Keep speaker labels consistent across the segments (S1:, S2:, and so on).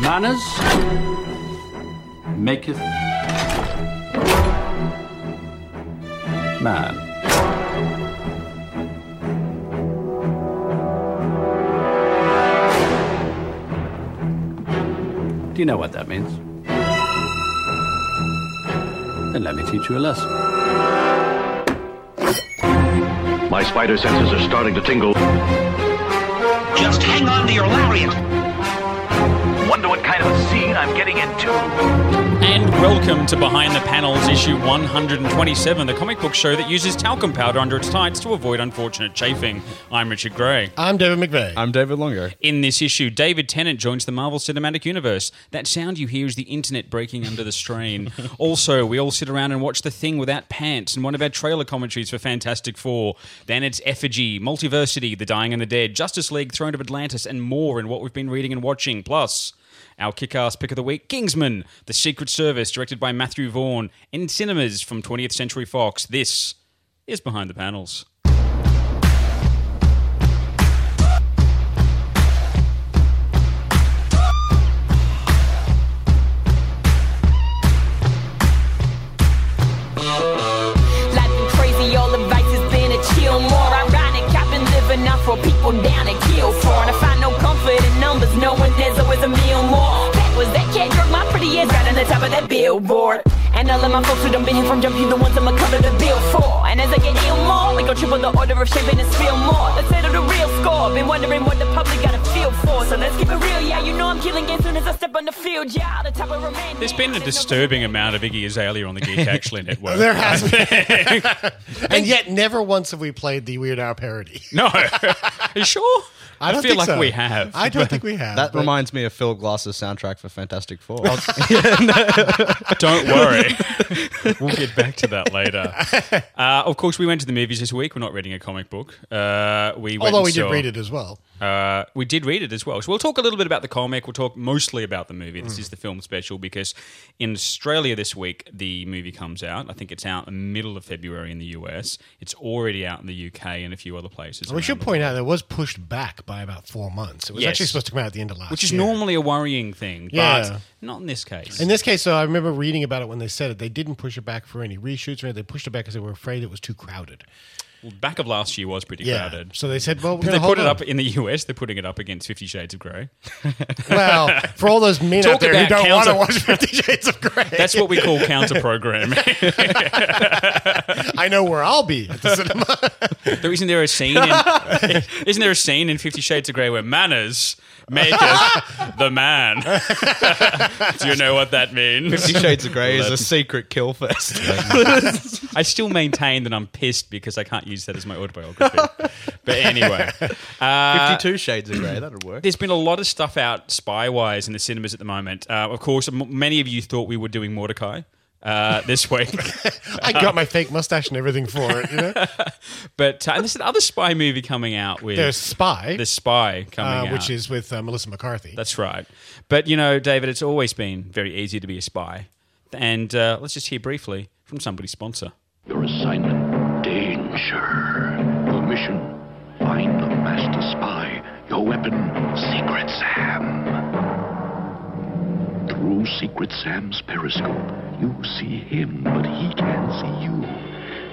S1: Manners maketh man. Do you know what that means? Then let me teach you a lesson.
S2: My spider senses are starting to tingle.
S3: Just hang on to your lariat.
S4: Wonder what kind of a scene I'm getting into.
S5: And welcome to Behind the Panels, issue 127, the comic book show that uses talcum powder under its tights to avoid unfortunate chafing. I'm Richard Gray.
S6: I'm David McVeigh.
S7: I'm David Longo.
S5: In this issue, David Tennant joins the Marvel Cinematic Universe. That sound you hear is the internet breaking under the strain. also, we all sit around and watch The Thing Without Pants and one of our trailer commentaries for Fantastic Four. Then it's Effigy, Multiversity, The Dying and the Dead, Justice League, Throne of Atlantis, and more in what we've been reading and watching. Plus, our kick ass pick of the week Kingsman, The Secret Service, directed by Matthew Vaughn, in cinemas from 20th Century Fox. This is Behind the Panels.
S8: Life been crazy, all advice has been a chill more ironic. I've been living off what people down and kill for. And I find no comfort in numbers, knowing there's always a meal more. That was that cat jerk, my pretty ass right on the top of that billboard. And all of my folks who done been here from jump, you the ones I'ma cover the bill for. And as I get ill more, we gon' triple the order of shaving and spill more. Let's settle the real score. Been wondering what the public got to feel for. So let's keep it real, yeah. You know I'm killing games soon as I step on the field, yeah. The type of romantic.
S5: There's been a disturbing amount of Iggy Azalea on the Geek Actually Network.
S6: There has been. and yet, never once have we played the Weird Al parody.
S5: No. Are you sure?
S6: I don't
S5: feel
S6: think
S5: like
S6: so.
S5: we have.
S6: I don't think we have.
S7: That Oh,
S6: but-
S7: reminds me of Phil Glass's soundtrack for Fantastic Four.
S5: Don't worry. we'll get back to that later. Uh, of course, we went to the movies this week. We're not reading a comic book. Uh, we went
S6: Although
S5: and
S6: we did
S5: saw-
S6: read it as well.
S5: Uh, we did read it as well. So we'll talk a little bit about the comic. We'll talk mostly about the movie.
S6: Hmm.
S5: This is the film special because in Australia this week the movie comes out. I think it's out in the middle of February in the US. It's already out in the UK and a few other places.
S6: We
S5: around
S6: should
S5: the
S6: point out that it was pushed back by about four months. It was
S5: Yes.
S6: actually supposed to come out at the end of last
S5: which is
S6: year.
S5: normally a worrying thing,
S6: Yeah.
S5: but not in this case.
S6: In this case, though, I remember reading about it when they said it. They didn't push it back for any reshoots or anything. They pushed it back because they were afraid it was too crowded.
S5: back of last year was pretty
S6: Yeah.
S5: crowded.
S6: So they said, well, we're
S5: they
S6: going to
S5: put
S6: hold
S5: it
S6: on.
S5: up in the US. They're putting it up against Fifty Shades of Grey.
S6: Well, for all those men
S5: Talk
S6: out there who
S5: about
S6: don't want
S5: counter-
S6: to watch Fifty Shades of Grey,
S5: That's what we call counter programming.
S6: I know where I'll be at the cinema.
S5: There isn't there a scene? In, isn't there a scene in Fifty Shades of Grey where manners make it the man? Do you know what that means?
S7: Fifty Shades of Grey is a secret kill fest.
S5: I still maintain that I'm pissed because I can't use that as my autobiography. But anyway,
S7: Fifty-two Shades of Grey. That'll work.
S5: there's been a lot of stuff out spy wise in the cinemas at the moment. Uh, of course, m- many of you thought we were doing Mordecai uh, this week.
S6: I got my fake mustache and everything for it. You know,
S5: But uh, there's another spy movie coming out with
S6: there's Spy,
S5: The Spy coming
S6: uh,
S5: out.
S6: which is with uh, Melissa McCarthy.
S5: That's right. But you know, David, it's always been very easy to be a spy. And uh, let's just hear briefly from somebody's sponsor.
S2: Your assignment, danger. Your mission, find the master spy. Your weapon, Secret Sam. Through Secret Sam's periscope, you see him, but he can see you.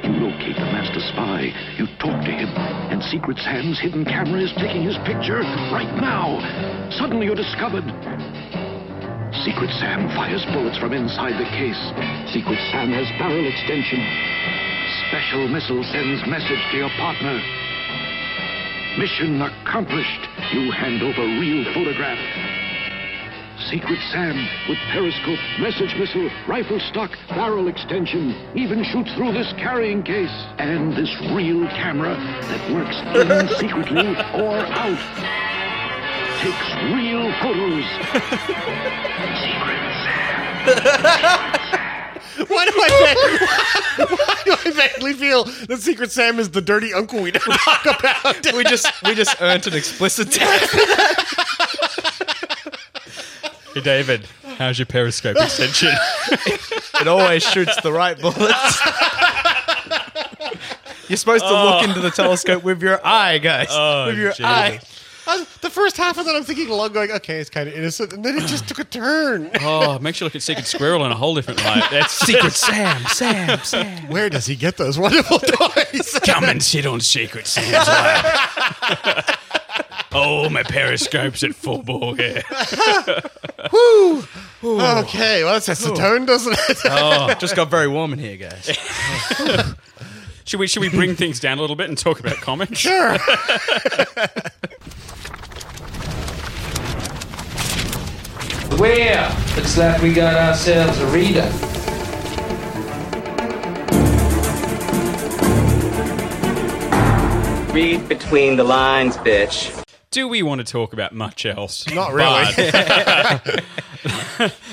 S2: You locate the master spy, you talk to him, and Secret Sam's hidden camera is taking his picture right now. Suddenly you're discovered. Secret Sam fires bullets from inside the case. Secret Sam has barrel extension. Special missile sends message to your partner. Mission accomplished. You hand over real photograph. Secret Sam with periscope, message missile, rifle stock, barrel extension, even shoots through this carrying case and this real camera that works in secretly or out. Takes real photos.
S6: Why do I? Vaguely, why do I vaguely feel that Secret Sam is the dirty uncle we don't talk about?
S7: we just we just earned an explicit tag.
S5: Hey, David, how's your Periscope extension?
S7: It always shoots the right bullets. Oh. You're supposed to look into the telescope with your eye, guys.
S5: Oh,
S7: with your
S5: Jesus.
S7: eye.
S6: Uh, the the first half of that, I'm thinking along, going, okay, it's kind of innocent, and then it just took a turn.
S5: Oh, it makes you look at Secret Squirrel in a whole different light. That's
S1: Secret Sam, Sam, Sam.
S6: Where does he get those wonderful toys?
S5: come and sit on Secret Sam's lap. oh, my periscope's at full bore here.
S6: okay, well, that sets the tone, doesn't it?
S5: Oh,
S7: Oh, Just got very warm in here, guys.
S5: Should we should we bring things down a little bit and talk about comics?
S6: sure.
S9: Well, looks like we got ourselves a reader.
S10: Read between the lines, bitch.
S5: Do we want to talk about much else?
S6: Not really.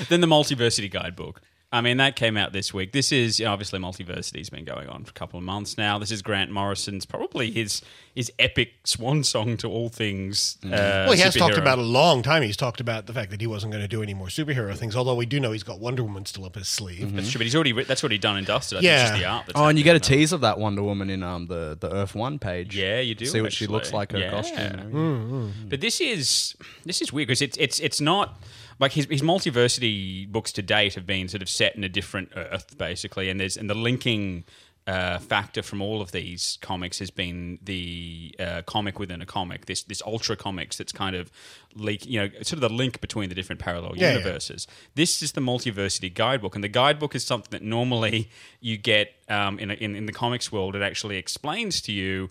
S5: Then the Multiversity Guidebook. I mean, that came out this week. This is obviously Multiversity's been going on for a couple of months now. This is Grant Morrison's probably his his epic swan song to all things.
S7: Mm.
S5: Uh,
S6: Well, he has talked
S5: superhero.
S6: about a long time. He's talked about the fact that he wasn't going to do any more superhero things. Although we do know he's got Wonder Woman still up his sleeve.
S5: That's true, but he's already writ- that's already done and dusted. I think
S6: Yeah.
S5: it's just the art. That's
S7: Oh, and you
S5: happening
S7: get a
S5: now.
S7: tease of that Wonder Woman in um the, the Earth One page.
S5: Yeah, you do.
S7: See what she
S5: actually.
S7: looks like her
S5: Yeah.
S7: costume. and everything.
S6: Hmm.
S5: But this is this is weird because it's it's it's not like his his multiversity books to date have been sort of set in a different e-, Earth basically, and there's and the linking. Uh, factor from all of these comics has been the uh, comic within a comic. This this ultra comics that's kind of leak, you know, sort of the link between the different parallel
S6: Yeah, yeah.
S5: universes. This is the multiversity guidebook, and the guidebook is something that normally you get um, in, a, in in the comics world. It actually explains to you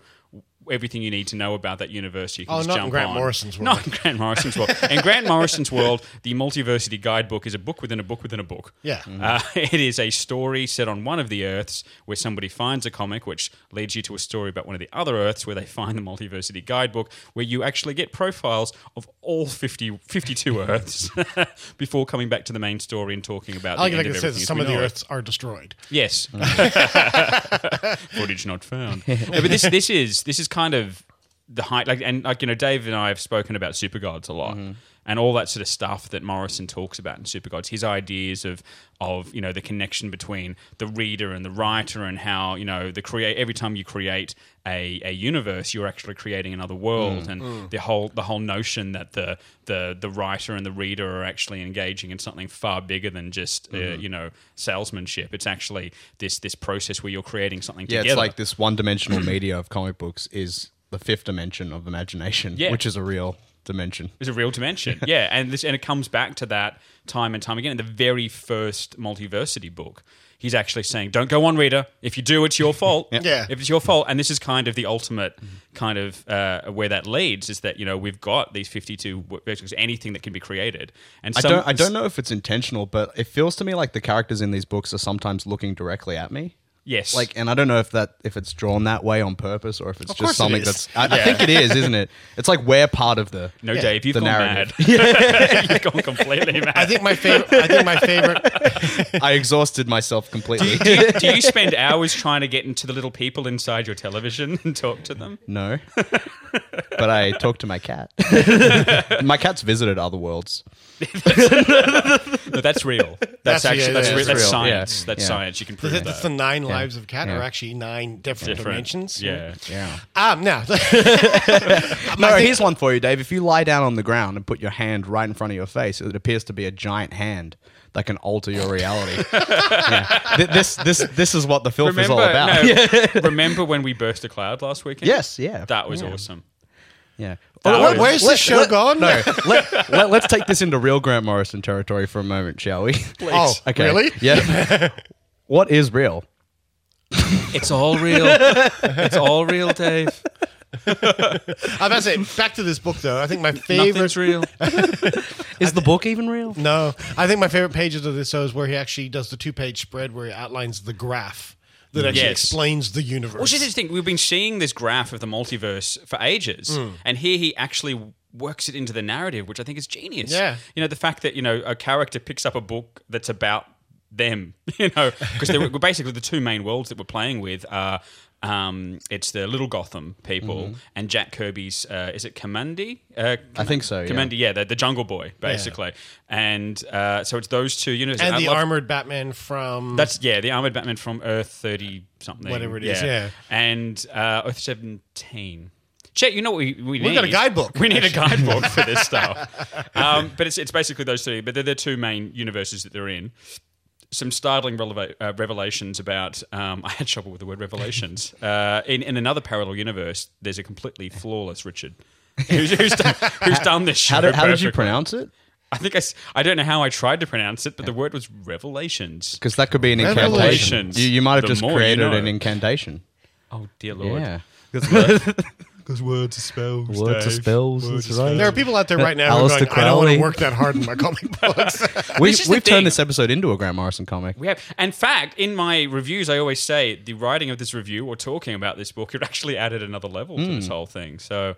S5: everything you need to know about that universe. You can
S6: Oh,
S5: just
S6: not in
S5: jump
S6: Grant
S5: on.
S6: Morrison's world.
S5: Not in Grant Morrison's world. In Grant Morrison's world, the Multiversity Guidebook is a book within a book within a book.
S6: Yeah.
S5: Uh, it is a story set on one of the Earths where somebody finds a comic, which leads you to a story about one of the other Earths where they find the Multiversity Guidebook, where you actually get profiles of all 50, 52 Earths before coming back to the main story and talking about
S6: I like
S5: the
S6: that
S5: end
S6: it
S5: of everything.
S6: says that
S5: as
S6: some
S5: we
S6: of the
S5: know it.
S6: Earths are destroyed.
S5: Yes. Footage not found. No, but this this is this is kind of the height. Like and like you know, Dave and I have spoken about super gods a lot. And all that sort of stuff that Morrison talks about in Super Gods, his ideas of, of you know the connection between the reader and the writer, and how you know the create every time you create a, a universe, you're actually creating another world, and the whole the whole notion that the the the writer and the reader are actually engaging in something far bigger than just uh, you know salesmanship. It's actually this this process where you're creating something
S7: Yeah,
S5: together.
S7: it's like this one dimensional media of comic books is the fifth dimension of imagination,
S5: Yeah.
S7: which is a real dimension.
S5: It's a real dimension. yeah, and this and it comes back to that time and time again. In the very first multiversity book, he's actually saying, "Don't go on, reader. If you do, it's your fault.
S6: Yeah.
S5: if it's your fault." And this is kind of the ultimate kind of uh, where that leads is that you know we've got these fifty-two w- basically anything that can be created, and
S7: I
S5: some-
S7: don't I don't know if it's intentional, but it feels to me like the characters in these books are sometimes looking directly at me.
S5: Yes,
S7: Like, and I don't know if that if it's drawn that way on purpose or if it's
S6: course
S7: just
S6: it
S7: something
S6: is.
S7: that's. I, I think it is, isn't it? It's like we're part of the.
S5: no, Dave, you've
S7: the
S5: gone
S7: narrative.
S5: mad. you've gone completely mad.
S6: I think my favorite. I think my favorite.
S7: I exhausted myself completely.
S5: do you, do you spend hours trying to get into the little people inside your television and talk to them?
S7: no, but I talked to my cat. my cat's visited other worlds.
S5: No, that's real. That's,
S6: That's- yeah,
S5: actually
S6: yeah,
S5: that's,
S6: yeah,
S5: real.
S6: it's
S5: that's
S7: real.
S5: science.
S7: Yeah.
S5: That's
S7: Yeah.
S5: science. You can prove
S6: That's
S5: that.
S6: the nine lives of cat are
S7: Yeah.
S6: actually nine different,
S5: Different.
S6: dimensions.
S5: Yeah.
S7: Yeah.
S6: Um. Now,
S7: No, here's one for you, Dave. If you lie down on the ground and put your hand right in front of your face, it appears to be a giant hand that can alter your reality. Yeah. Th- This, this, this is what the filth is
S5: Remember,
S7: all about.
S5: no, remember when we burst a cloud last weekend?
S7: Yes, yeah.
S5: That was awesome.
S7: Yeah.
S5: That
S7: Well,
S5: was-
S6: where's the
S7: let-
S6: show
S7: let-
S6: gone?
S7: No, let, let, us take this into real Grant Morrison territory for a moment, shall we?
S6: Oh, really?
S7: Yeah. what is real?
S5: It's all real. it's all real, Dave.
S6: I'm about to say back to this book though. I think my favorite.
S5: Nothing's real.
S7: Is the book even real?
S6: No, I think my favorite pages of this show is where he actually does the two page spread where he outlines the graph that actually
S5: Yes.
S6: explains the universe.
S5: Well, just think we've been seeing this graph of the multiverse for ages, and here he actually works it into the narrative, which I think is genius.
S6: Yeah.
S5: you know the fact that you know a character picks up a book that's about them, you know, because they were basically the two main worlds that we're playing with are. Um, it's the Little Gotham people and Jack Kirby's. Uh, is it Kamandi? Uh,
S7: I think so, yeah.
S5: Kamandi, yeah, the, the Jungle Boy, basically. And uh, so it's those two universes.
S6: and
S5: I
S6: the
S5: love-
S6: armored Batman from
S5: that's yeah, the armored Batman from Earth thirty something,
S6: Whatever it is, yeah.
S5: and uh, Earth seventeen. Chet, you know what we, we need?
S6: We've got a guidebook.
S5: We need a guidebook for this stuff. Um, but it's, it's basically those three, but they're the two main universes that they're in. Some startling releva- uh, revelations about. Um, I had trouble with the word revelations. Uh, in, in another parallel universe, there's a completely flawless Richard who's, who's, done, who's done this show.
S7: How did, how did you
S5: perfectly.
S7: pronounce it?
S5: I think I, s- I don't know how I tried to pronounce it, but the word was revelations.
S7: Because that could be an incantation.
S5: Revelations.
S7: You, you might have
S5: The
S7: just
S5: more you
S7: created
S5: know.
S7: an incantation.
S5: Oh, dear Lord.
S7: Yeah.
S6: Because words are spells.
S7: Words are spells, that's right.
S6: There are people out there right now who are
S7: Alistair
S6: going, I don't want to
S7: Crowley.
S6: work that hard in my comic books.
S7: We,
S5: This is the
S7: we've
S5: thing.
S7: turned this episode into a Grant Morrison comic.
S5: We have, in fact, in my reviews, I always say the writing of this review or talking about this book, it actually added another level to
S7: Hmm.
S5: this whole thing. So,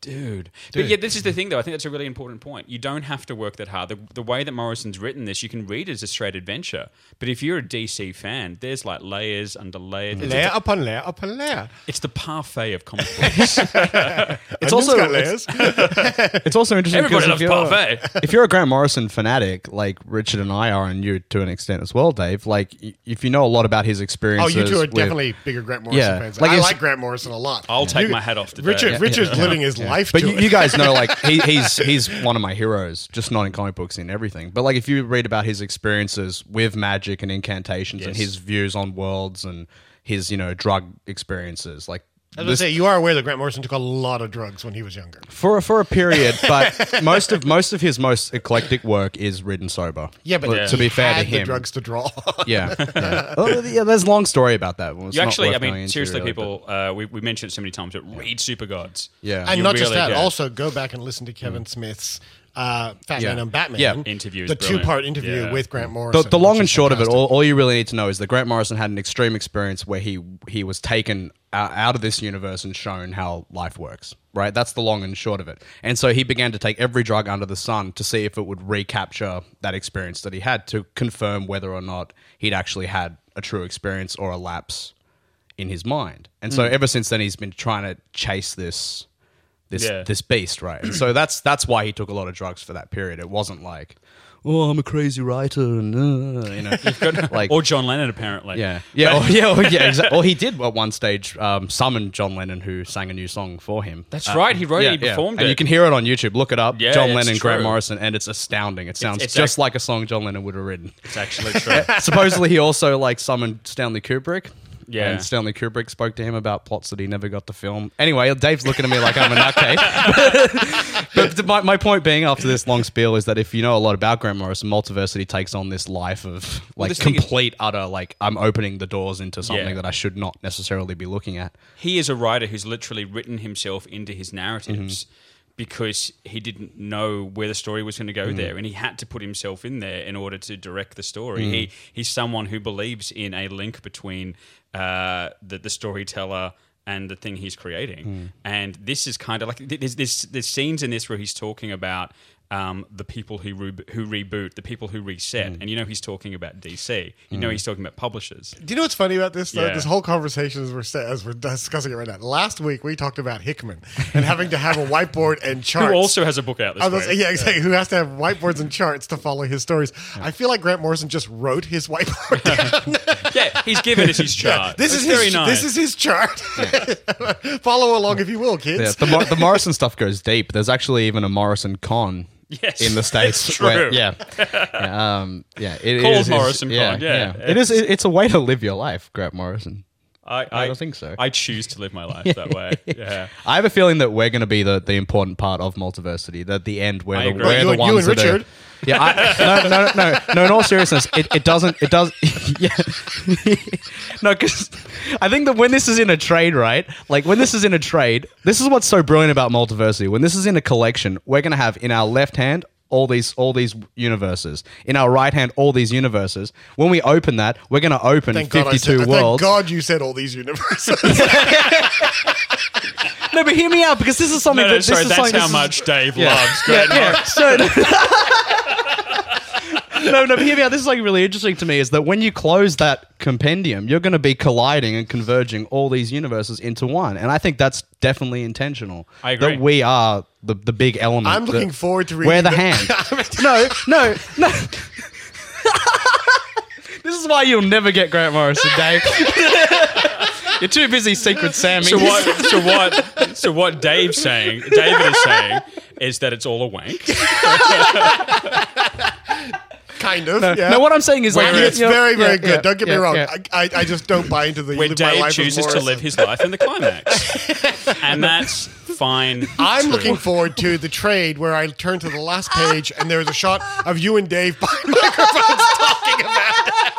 S5: dude. But yeah, this is the thing, though. I think that's a really important point. You don't have to work that hard. The, the way that Morrison's written this, you can read it as a straight adventure. But if you're a DC fan, there's like layers under layers.
S7: Hmm.
S5: It's,
S6: layer upon layer upon layer.
S5: it's the parfait of comic books.
S7: It's
S6: Onions
S7: also
S6: got layers.
S7: it's, it's also interesting
S5: Everybody loves
S7: because if
S5: parfait.
S7: you're, if you're a Grant Morrison fanatic, like Richard and I are, and you to an extent as well, Dave. Like y- if you know a lot about his
S6: Oh,
S7: experiences,
S6: you two are
S7: with-
S6: definitely bigger Grant Morrison
S7: Yeah.
S6: fans.
S7: Like
S6: I
S7: it's-
S6: like Grant Morrison a lot.
S5: I'll take
S6: You-
S5: my hat off today.
S6: Richard, Richard's living his life
S7: But
S6: to
S7: you,
S6: it.
S7: you guys know, like he, he's he's one of my heroes, just not in comic books in everything. But like if you read about his experiences with magic and incantations, and
S5: Yes.
S7: his views on worlds and his you know drug experiences, like
S6: I was going to say, you are aware that Grant Morrison took a lot of drugs when he was younger.
S7: for for a period, but most of most of his most eclectic work is written sober.
S6: Yeah, but
S7: to be
S6: he
S7: fair to
S6: had the
S7: him,
S6: drugs to draw.
S7: yeah, yeah. Oh, yeah. There's a long story about that. Well, it's
S5: You
S7: not
S5: actually,
S7: worth
S5: I
S7: going
S5: mean,
S7: into,
S5: seriously,
S7: really,
S5: people, uh, we, we mentioned it so many times, but read Super Gods.
S7: but- yeah,
S6: and
S5: You
S6: not just
S5: really
S6: that,
S5: do.
S6: also go back and listen to Kevin Smith's uh, Fat
S7: Mm. Yeah.
S6: Man and Batman
S7: Yeah.
S5: Interview is
S6: the
S5: brilliant.
S6: two part interview
S5: Yeah.
S6: with Grant Morrison.
S7: the, the long
S6: which
S7: and
S6: is
S7: short of it,
S6: fantastic.
S7: all, all you really need to know is that Grant Morrison had an extreme experience where he he was taken uh, out of this universe and shown how life works. Right, that's the long and short of it. And so he began to take every drug under the sun to see if it would recapture that experience that he had to confirm whether or not he'd actually had a true experience or a lapse in his mind. And
S5: Mm.
S7: so ever since then, he's been trying to chase this. This,
S5: Yeah.
S7: this beast, right? And so that's that's why he took a lot of drugs for that period. It wasn't like, oh, I'm a crazy writer, and uh, you know, like
S5: Or John Lennon, apparently.
S7: yeah, yeah, or, yeah, or, yeah. Exa- or he did at one stage um, summon John Lennon, who sang a new song for him. Uh,
S5: That's right. He wrote it. He performed
S7: And
S5: it.
S7: you can hear it on YouTube. Look it up,
S5: Yeah,
S7: John
S5: it's
S7: Lennon, Grant
S5: true.
S7: Morrison, and it's astounding. It sounds
S5: it's
S7: just
S5: act-
S7: like a song John Lennon would have written.
S5: It's actually true.
S7: Supposedly, he also like summoned Stanley Kubrick.
S5: Yeah.
S7: and Stanley Kubrick spoke to him about plots that he never got to film. Anyway, Dave's looking at me like I'm a nutcase. but th- my, my point being, after this long spiel, is that if you know a lot about Grant Morrison, multiversity takes on this life of like
S5: this thing is-
S7: complete utter like I'm opening the doors into something
S5: Yeah.
S7: that I should not necessarily be looking at.
S5: he is a writer who's literally written himself into his narratives because he didn't know where the story was going to go there and he had to put himself in there in order to direct the story he he's someone who believes in a link between uh, the, the storyteller and the thing he's creating and this is kind of like th- there's, there's there's scenes in this where he's talking about um, the people who re- who reboot, the people who reset, and you know he's talking about DC. You know he's talking about publishers.
S6: Do you know what's funny about this? Though?
S5: Yeah.
S6: This whole conversation as we're, sa- as we're discussing it right now. Last week we talked about Hickman and having to have a whiteboard and charts.
S5: Who also has a book out this
S6: I was,
S5: week.
S6: yeah, exactly. Who has to have whiteboards and charts to follow his stories? I feel like Grant Morrison just wrote his whiteboard. down.
S5: Yeah, he's given us his chart.
S6: this
S5: That's
S6: is his.
S5: very nice.
S6: This is his chart. follow along if you will,
S7: Yeah,
S6: kids.
S7: the, Mor- the Morrison stuff goes deep. There's actually even a Morrison con
S5: Yes,
S7: in the states.
S5: it's
S7: where-
S5: true.
S7: yeah, yeah, um, yeah. It,
S5: Called
S7: it is-
S5: Morrison
S7: yeah,
S5: con, yeah.
S7: It is. it- it's a way to live your life, Grant Morrison.
S5: I,
S7: I don't think so.
S5: I choose to live my life that way. Yeah.
S7: I have a feeling that we're going to be the, the important part of multiversity. That the end, we're
S5: I
S7: the,
S5: agree.
S7: we're
S5: Well,
S7: the
S6: you and-
S7: ones
S6: you and
S7: that are-
S6: Richard.
S7: yeah, I, no, no, no, no, no. In all seriousness, it, it doesn't. It does. Yeah, no, because I think that when this is in a trade, right? Like when this is in a trade, this is what's so brilliant about multiversity. When this is in a collection, we're going to have in our left hand all these all these universes, in our right hand all these universes. When we open that, we're going to open
S6: I
S7: fifty-two
S6: said, Thank
S7: worlds.
S6: God you said all these universes.
S7: No, but hear me out because this is something.
S5: No,
S7: that,
S5: no,
S7: this
S5: sorry.
S7: is
S5: That's
S7: something-
S5: how
S7: this is-
S5: much Dave
S7: Yeah.
S5: loves Grant
S7: Yeah, yeah.
S5: Morrison.
S7: So- no, no, but hear me out. This is like really interesting to me is that when you close that compendium, you're going to be colliding and converging all these universes into one. And I think that's definitely intentional.
S5: I agree.
S7: That we are the, the big element.
S6: I'm
S7: that-
S6: looking forward to reading
S7: We're the
S6: the-
S7: hand. no, no, no. this is why you'll never get Grant Morrison, Dave. You're too busy Secret Sammy.
S5: So what? So what? So what? Dave's saying, David is saying, is that it's all a wank.
S6: kind of. yeah.
S7: No, what I'm saying is,
S6: I
S7: like,
S6: mean, it's
S7: you know-
S6: very, very
S7: yeah,
S6: good.
S7: yeah,
S6: Don't get me
S7: yeah,
S6: wrong.
S7: yeah.
S6: I, I, I just don't buy into the
S5: Where
S6: live
S5: Dave
S6: my life with
S5: chooses to
S6: Morrison.
S5: live his life in the climax, and that's fine.
S6: I'm
S5: too.
S6: looking forward to the trade where I turn to the last page and there's a shot of you and Dave behind microphones talking about.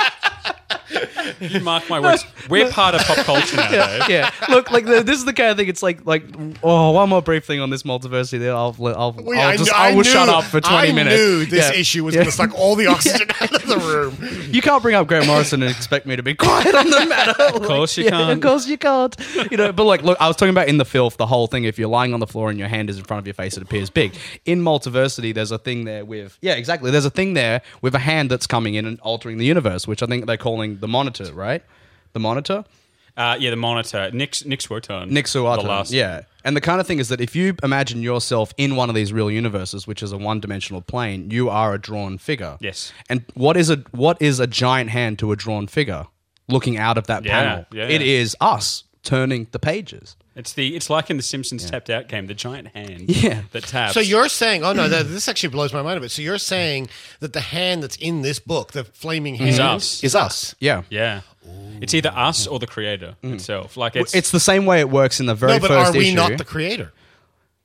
S5: You mark my words. We're part of pop culture now, Dave.
S7: yeah, look, like the, this is the kind of thing. It's like, like, oh, one more brief thing on this multiversity. Then I'll, I'll,
S6: Well, yeah,
S7: I'll just,
S6: kn-
S7: I, will shut
S6: knew-
S7: up for twenty
S6: I
S7: minutes.
S6: knew this
S7: Yeah.
S6: issue was oh.
S7: Yeah.
S6: going to suck all the oxygen out of the room.
S7: You can't bring up Grant Morrison and expect me to be quiet on the matter. Of
S5: course you
S7: Of
S5: can't.
S7: course you can't. You know, but like, look, I was talking about in the filth, the whole thing. If you're lying on the floor and your hand is in front of your face, it appears big. In multiversity, there's a thing there with yeah, exactly. There's a thing there with a hand that's coming in and altering the universe, which I think they're calling the monitor, right? The monitor.
S5: Uh, yeah, the monitor. Nick Nick Swarton.
S7: Nick Suato.
S5: The last.
S7: Yeah. And the kind of thing is that if you imagine yourself in one of these real universes, which is a one-dimensional plane, you are a drawn figure.
S5: Yes.
S7: And what is a what is a giant hand to a drawn figure looking out of that
S5: Yeah,
S7: panel?
S5: yeah.
S7: It is us turning the pages.
S5: It's the it's like in the Simpsons tapped out game, the giant hand.
S7: Yeah.
S5: That taps.
S6: So you're saying, oh no, that, this actually blows my mind a bit. So you're saying that the hand that's in this book, the flaming hand,
S5: us.
S6: is us.
S7: Yeah.
S5: Yeah. It's either us or the creator itself. Like it's,
S7: Mm. It's, the same way it works in the very
S6: No, but
S7: first
S6: are we
S7: issue.
S6: not the creator?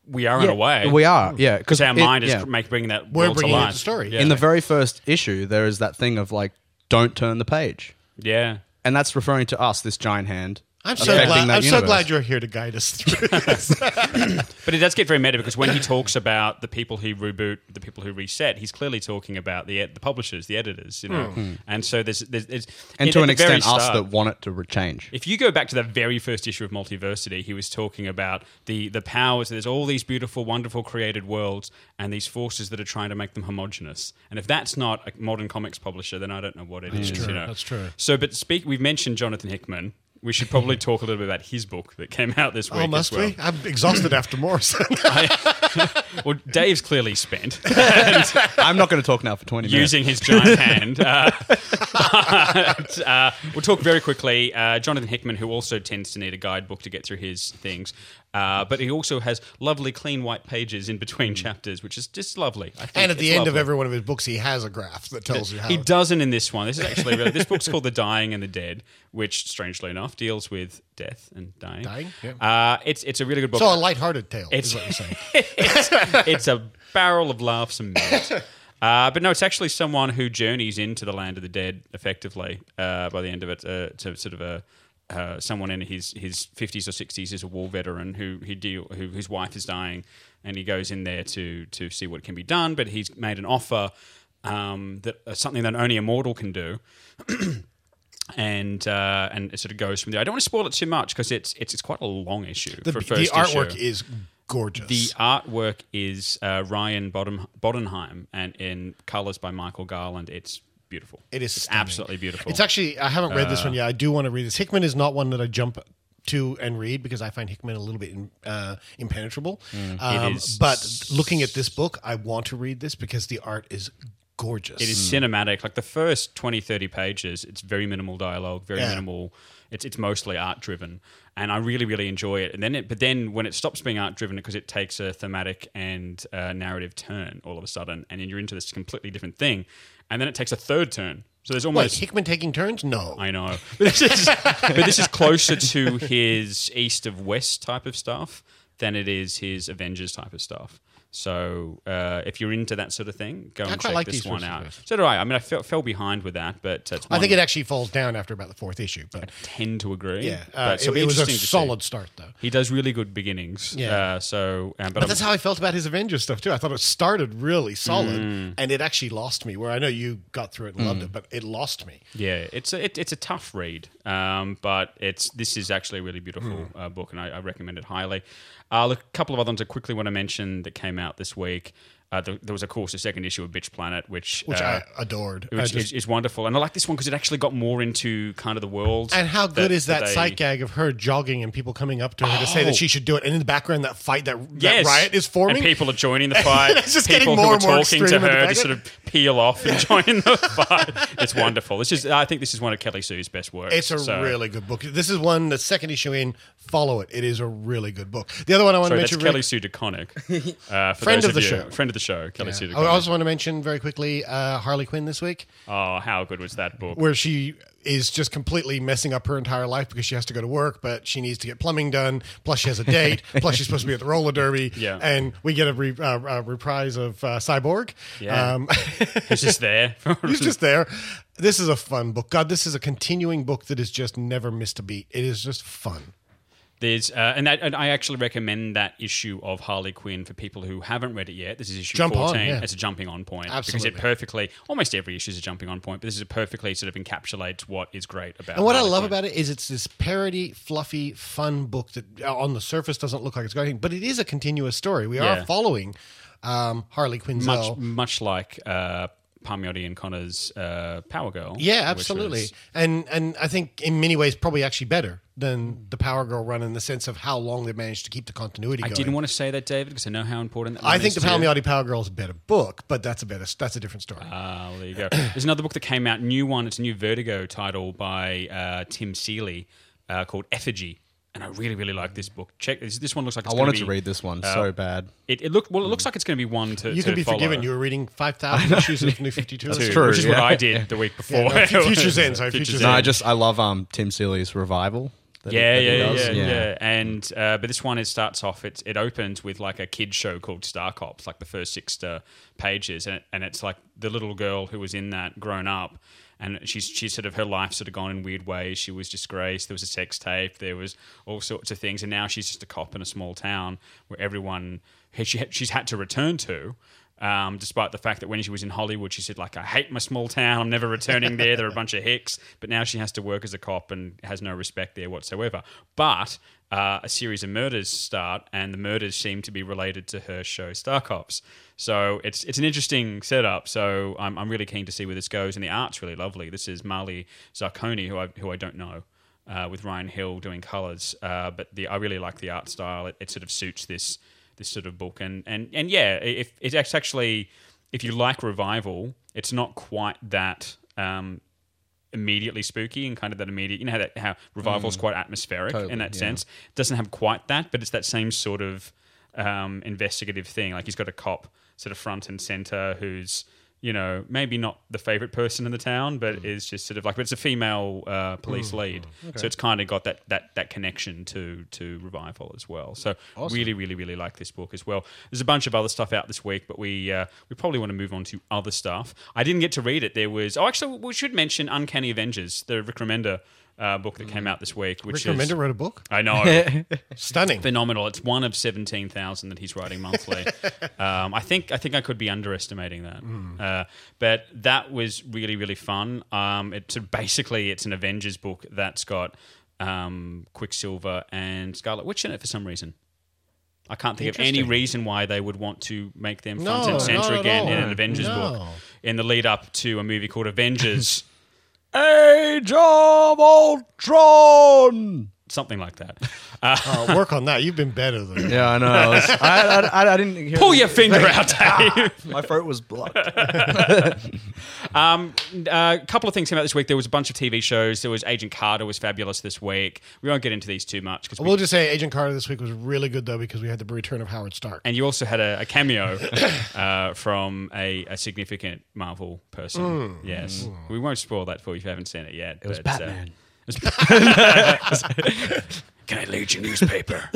S5: we are in a way.
S7: We are, yeah,
S5: because our
S7: it-
S5: mind is
S7: yeah.
S5: make, bringing that
S6: We're
S5: world to
S6: bringing it
S5: life.
S6: to story.
S5: Yeah.
S7: in the very first issue. There is that thing of like, don't turn the page,
S5: yeah.
S7: and that's referring to us, this giant hand.
S6: I'm so
S7: affecting
S6: glad.
S7: that
S6: I'm so
S7: universe.
S6: glad you're here to guide us through this.
S5: But it does get very meta because when he talks about the people who reboot, the people who reset, he's clearly talking about the ed- the publishers, the editors, you know.
S6: Mm.
S5: And so there's there's, there's
S7: and
S5: it-
S7: to
S5: at
S7: an
S5: the very
S7: extent, us
S5: start-
S7: that want it to re- change.
S5: If you go back to the very first issue of Multiversity, he was talking about the the powers. There's all these beautiful, wonderful created worlds, and these forces that are trying to make them homogenous. And if that's not a modern comics publisher, then I don't know what it is.
S6: true,
S5: You know?
S6: that's true.
S5: So, but speak. We've mentioned Jonathan Hickman. We should probably talk a little bit about his book that came out this week.
S6: oh, must
S5: as well.
S6: we? I'm exhausted after Morrison.
S5: Well, Dave's clearly spent.
S7: I'm not going to talk now for 20 minutes.
S5: using his giant hand. Uh, but, uh, we'll talk very quickly. Uh, Jonathan Hickman, who also tends to need a guidebook to get through his things, uh, but he also has lovely, clean white pages in between chapters, which is just lovely. I think
S6: and at
S5: it's
S6: the end of
S5: lovely.
S6: every one of his books, he has a graph that tells you how.
S5: He doesn't in this one. This is actually really, this book's called The Dying and the Dead, which, strangely enough, deals with death and dying.
S6: Dying,
S5: Uh, it's it's a really good book.
S6: So a lighthearted tale.
S5: It's-
S6: is what you're saying.
S5: it's, it's a barrel of laughs and meat. Uh, but no, it's actually someone who journeys into the land of the dead, effectively, uh, by the end of it, uh, to sort of a. Uh, someone in his his fifties or sixties is a war veteran who he deal who whose wife is dying, and he goes in there to to see what can be done. But he's made an offer um, that uh, something that only a mortal can do, and uh, and it sort of goes from there. I don't want to spoil it too much because it's, it's it's quite a long issue.
S6: The,
S5: for a
S6: the
S5: first
S6: artwork
S5: issue.
S6: is gorgeous.
S5: The artwork is uh, Ryan Bodden- Boddenheim, and in colors by Michael Garland. It's beautiful.
S6: It is
S5: It's
S6: stunning.
S5: absolutely beautiful.
S6: It's actually I haven't read
S5: Uh,
S6: this one yet. I do want to read this. Hickman is not one that I jump to and read because I find Hickman a little bit in, uh, impenetrable. um,
S5: Mm, is-
S6: but looking at this book, I want to read this because the art is gorgeous.
S5: It is cinematic. Like the first 20, 30 pages, it's very minimal dialogue, very
S6: Yeah.
S5: minimal. It's it's mostly art driven, and I really really enjoy it. And then, it, but then when it stops being art driven, because it takes a thematic and uh, narrative turn all of a sudden, and then you're into this completely different thing, and then it takes a third turn. So there's
S6: Wait,
S5: almost
S6: Hickman taking turns? No.
S5: I know. But this is, but this is closer to his East of West type of stuff than it is his Avengers type of stuff. So uh, if you're into that sort of thing, go
S6: I
S5: and
S6: quite
S5: check
S6: like
S5: this
S6: these
S5: one
S6: East of
S5: out.
S6: West.
S5: So do I. I mean, I fell, fell behind with that, but it's
S6: I
S5: one
S6: think it actually falls down after about the fourth issue, but
S5: tend to agree.
S6: yeah, uh,
S5: but
S6: it,
S5: it'll be
S6: it was a
S5: interesting to see.
S6: solid start though.
S5: He does really good beginnings.
S6: Yeah.
S5: Uh, so, um, but,
S6: But that's how I felt about his Avengers stuff too. I thought it started really solid,
S5: Mm.
S6: and it actually lost me. Where I know you got through it and loved it, but it lost me.
S5: Yeah, it's a it, it's a tough read, um, but it's this is actually a really beautiful
S6: Hmm.
S5: uh, book, and I, I recommend it highly. Uh, look, a couple of other ones I quickly want to mention that came out this week. Uh, there, there was, of course, a second issue of Bitch Planet, which
S6: Which
S5: uh,
S6: I adored. I
S5: which
S6: just-
S5: is, is wonderful. And I like this one because it actually got more into kind of the world.
S6: And how good is that
S5: they-
S6: sight gag of her jogging and people coming up to her to say
S5: Oh.
S6: that she should do it? And in the background, that fight, that,
S5: Yes,
S6: that riot is forming.
S5: And people are joining the fight.
S6: It's just
S5: people
S6: getting more
S5: who are
S6: and more
S5: talking to
S6: extreme in the
S5: her
S6: back.
S5: just sort of peel off and join the fight. It's wonderful. This is, I think, this is one of Kelly Sue's best works.
S6: It's a
S5: So-
S6: really good book. This is one, the second issue in. Follow it. It is a really good book. The other one I want
S5: Sorry,
S6: to
S5: that's
S6: mention.
S5: Kelly Sue DeConnick. Uh, for
S6: Friend
S5: those
S6: of the
S5: you,
S6: show.
S5: Friend of the show, Kelly Sue DeConnick.
S6: I also want to mention very quickly uh, Harley Quinn this week,
S5: oh, how good was that book?
S6: where she is just completely messing up her entire life because she has to go to work, but she needs to get plumbing done. Plus, she has a date. plus, she's supposed to be at the roller derby.
S5: Yeah.
S6: And we get a, re- uh, uh reprise of uh, Cyborg. Um,
S5: Yeah. It's just there.
S6: He's just there. This is a fun book. God, this is a continuing book that has just never missed a beat. It is just fun.
S5: There's, uh, and, that, and I actually recommend that issue of Harley Quinn for people who haven't read it yet. This is issue
S6: Jump on,
S5: 14.
S6: yeah.
S5: It's a jumping on point. Because
S6: Absolutely.
S5: it perfectly, almost every issue is a jumping on point, but this is a perfectly sort of encapsulates what is great about
S6: And what I
S5: Harley
S6: love
S5: Quinn.
S6: about it is it's this parody, fluffy, fun book that uh, on the surface doesn't look like it's got anything, but it is a continuous story. We
S5: Yeah.
S6: are following um, Harley
S5: much
S6: Quinzel.
S5: much like uh, Palmiotti and Connor's uh, Power Girl.
S6: yeah,
S5: which
S6: absolutely.
S5: was-
S6: And and I think in many ways probably actually better than the Power Girl run in the sense of how long they managed to keep the continuity
S5: I
S6: going.
S5: didn't want to say that, David, because I know how important that.
S6: I
S5: one
S6: think
S5: is to
S6: the
S5: you.
S6: Palmiotti Power Girl is a better book, but that's a better that's a different story.
S5: Ah, well, there you go. There's another book that came out, new one. It's a new Vertigo title by uh, Tim Seeley uh, called Effigy. And I really, really like this book. Check this. This one looks like it's
S7: I
S5: gonna
S7: wanted to
S5: be- uh,
S7: read this one so bad.
S5: It, it looked well. It looks like it's going to be one to
S6: you
S5: to
S6: can be
S5: follow.
S6: forgiven. You were reading five thousand issues of New Fifty Two.
S5: To-
S7: true,
S5: Which is what
S7: yeah.
S5: I did the week before.
S6: Yeah, no, Futures End, sorry, Futures
S7: No, I
S6: End.
S7: just I love um Tim Seeley's revival. that he-
S5: yeah,
S7: that he
S5: yeah,
S7: does.
S5: yeah, yeah, And uh, but this one it starts off. It it opens with like a kid show called Star Cops, like the first six uh, pages, and and it's like the little girl who was in that grown up. And she's she's sort of her life sort of gone in weird ways. She was disgraced. There was a sex tape. There was all sorts of things. And now she's just a cop in a small town where everyone she had- she's had to return to, um, despite the fact that when she was in Hollywood, she said like, "I hate my small town. I'm never returning there. They're a bunch of hicks." But now she has to work as a cop and has no respect there whatsoever. But uh, a series of murders start, and the murders seem to be related to her show Star Cops. So it's it's an interesting setup. So I'm, I'm really keen to see where this goes, and the art's really lovely. This is Marley Zarconi, who I who I don't know uh, with Ryan Hill doing colors. Uh, but the I really like the art style. It, it sort of suits this this sort of book. And and and yeah, if it's act- actually if you like revival, it's not quite that. Um, immediately spooky and kind of that immediate you know how that how revival's quite atmospheric in that sense it doesn't have quite that but it's that same sort of um, investigative thing like he's got a cop sort of front and center who's you know maybe not the favorite person in the town but is just sort of like but it's a female uh, police lead so it's kind of got that that that connection to to revival as well so really really really like this book as well there's a bunch of other stuff out this week but we uh, we probably want to move on to other stuff i didn't get to read it there was oh actually we should mention uncanny avengers the rick remender uh, book that came out this week
S6: Rick
S5: which is
S6: Remender wrote a book.
S5: i know
S6: Stunning.
S5: phenomenal. It's one of seventeen thousand that he's writing monthly. um, I think I think I could be underestimating that,
S6: Hmm.
S5: uh, but that was really really fun. Um, it's basically it's an Avengers book that's got um, Quicksilver and Scarlet Witch in it for some reason. I can't think of any
S6: Interesting.
S5: reason why they would want to make them front
S6: No,
S5: and
S6: not
S5: center
S6: at
S5: again in
S6: all.
S5: an Avengers book
S6: No.
S5: in the lead up to a movie called Avengers.
S7: Age of Ultron.
S5: Something like that.
S6: Uh, work on that. You've been better than
S7: Yeah, I know. I, was- I, I- I- I didn't hear.
S5: Pull your finger out, Dave.
S7: My throat was blocked.
S5: Uh, a couple of things came out this week. There was a bunch of TV shows. There was Agent Carter was fabulous this week. We won't get into these too much because
S6: We'll just say Agent Carter this week was really good though because we had the return of Howard Stark.
S5: and you also had a, a cameo uh, from a, a significant Marvel person.
S6: Mm.
S5: Yes, we won't spoil that for you if you haven't seen it yet. uh, It
S7: was Batman.
S5: Can I lead your newspaper?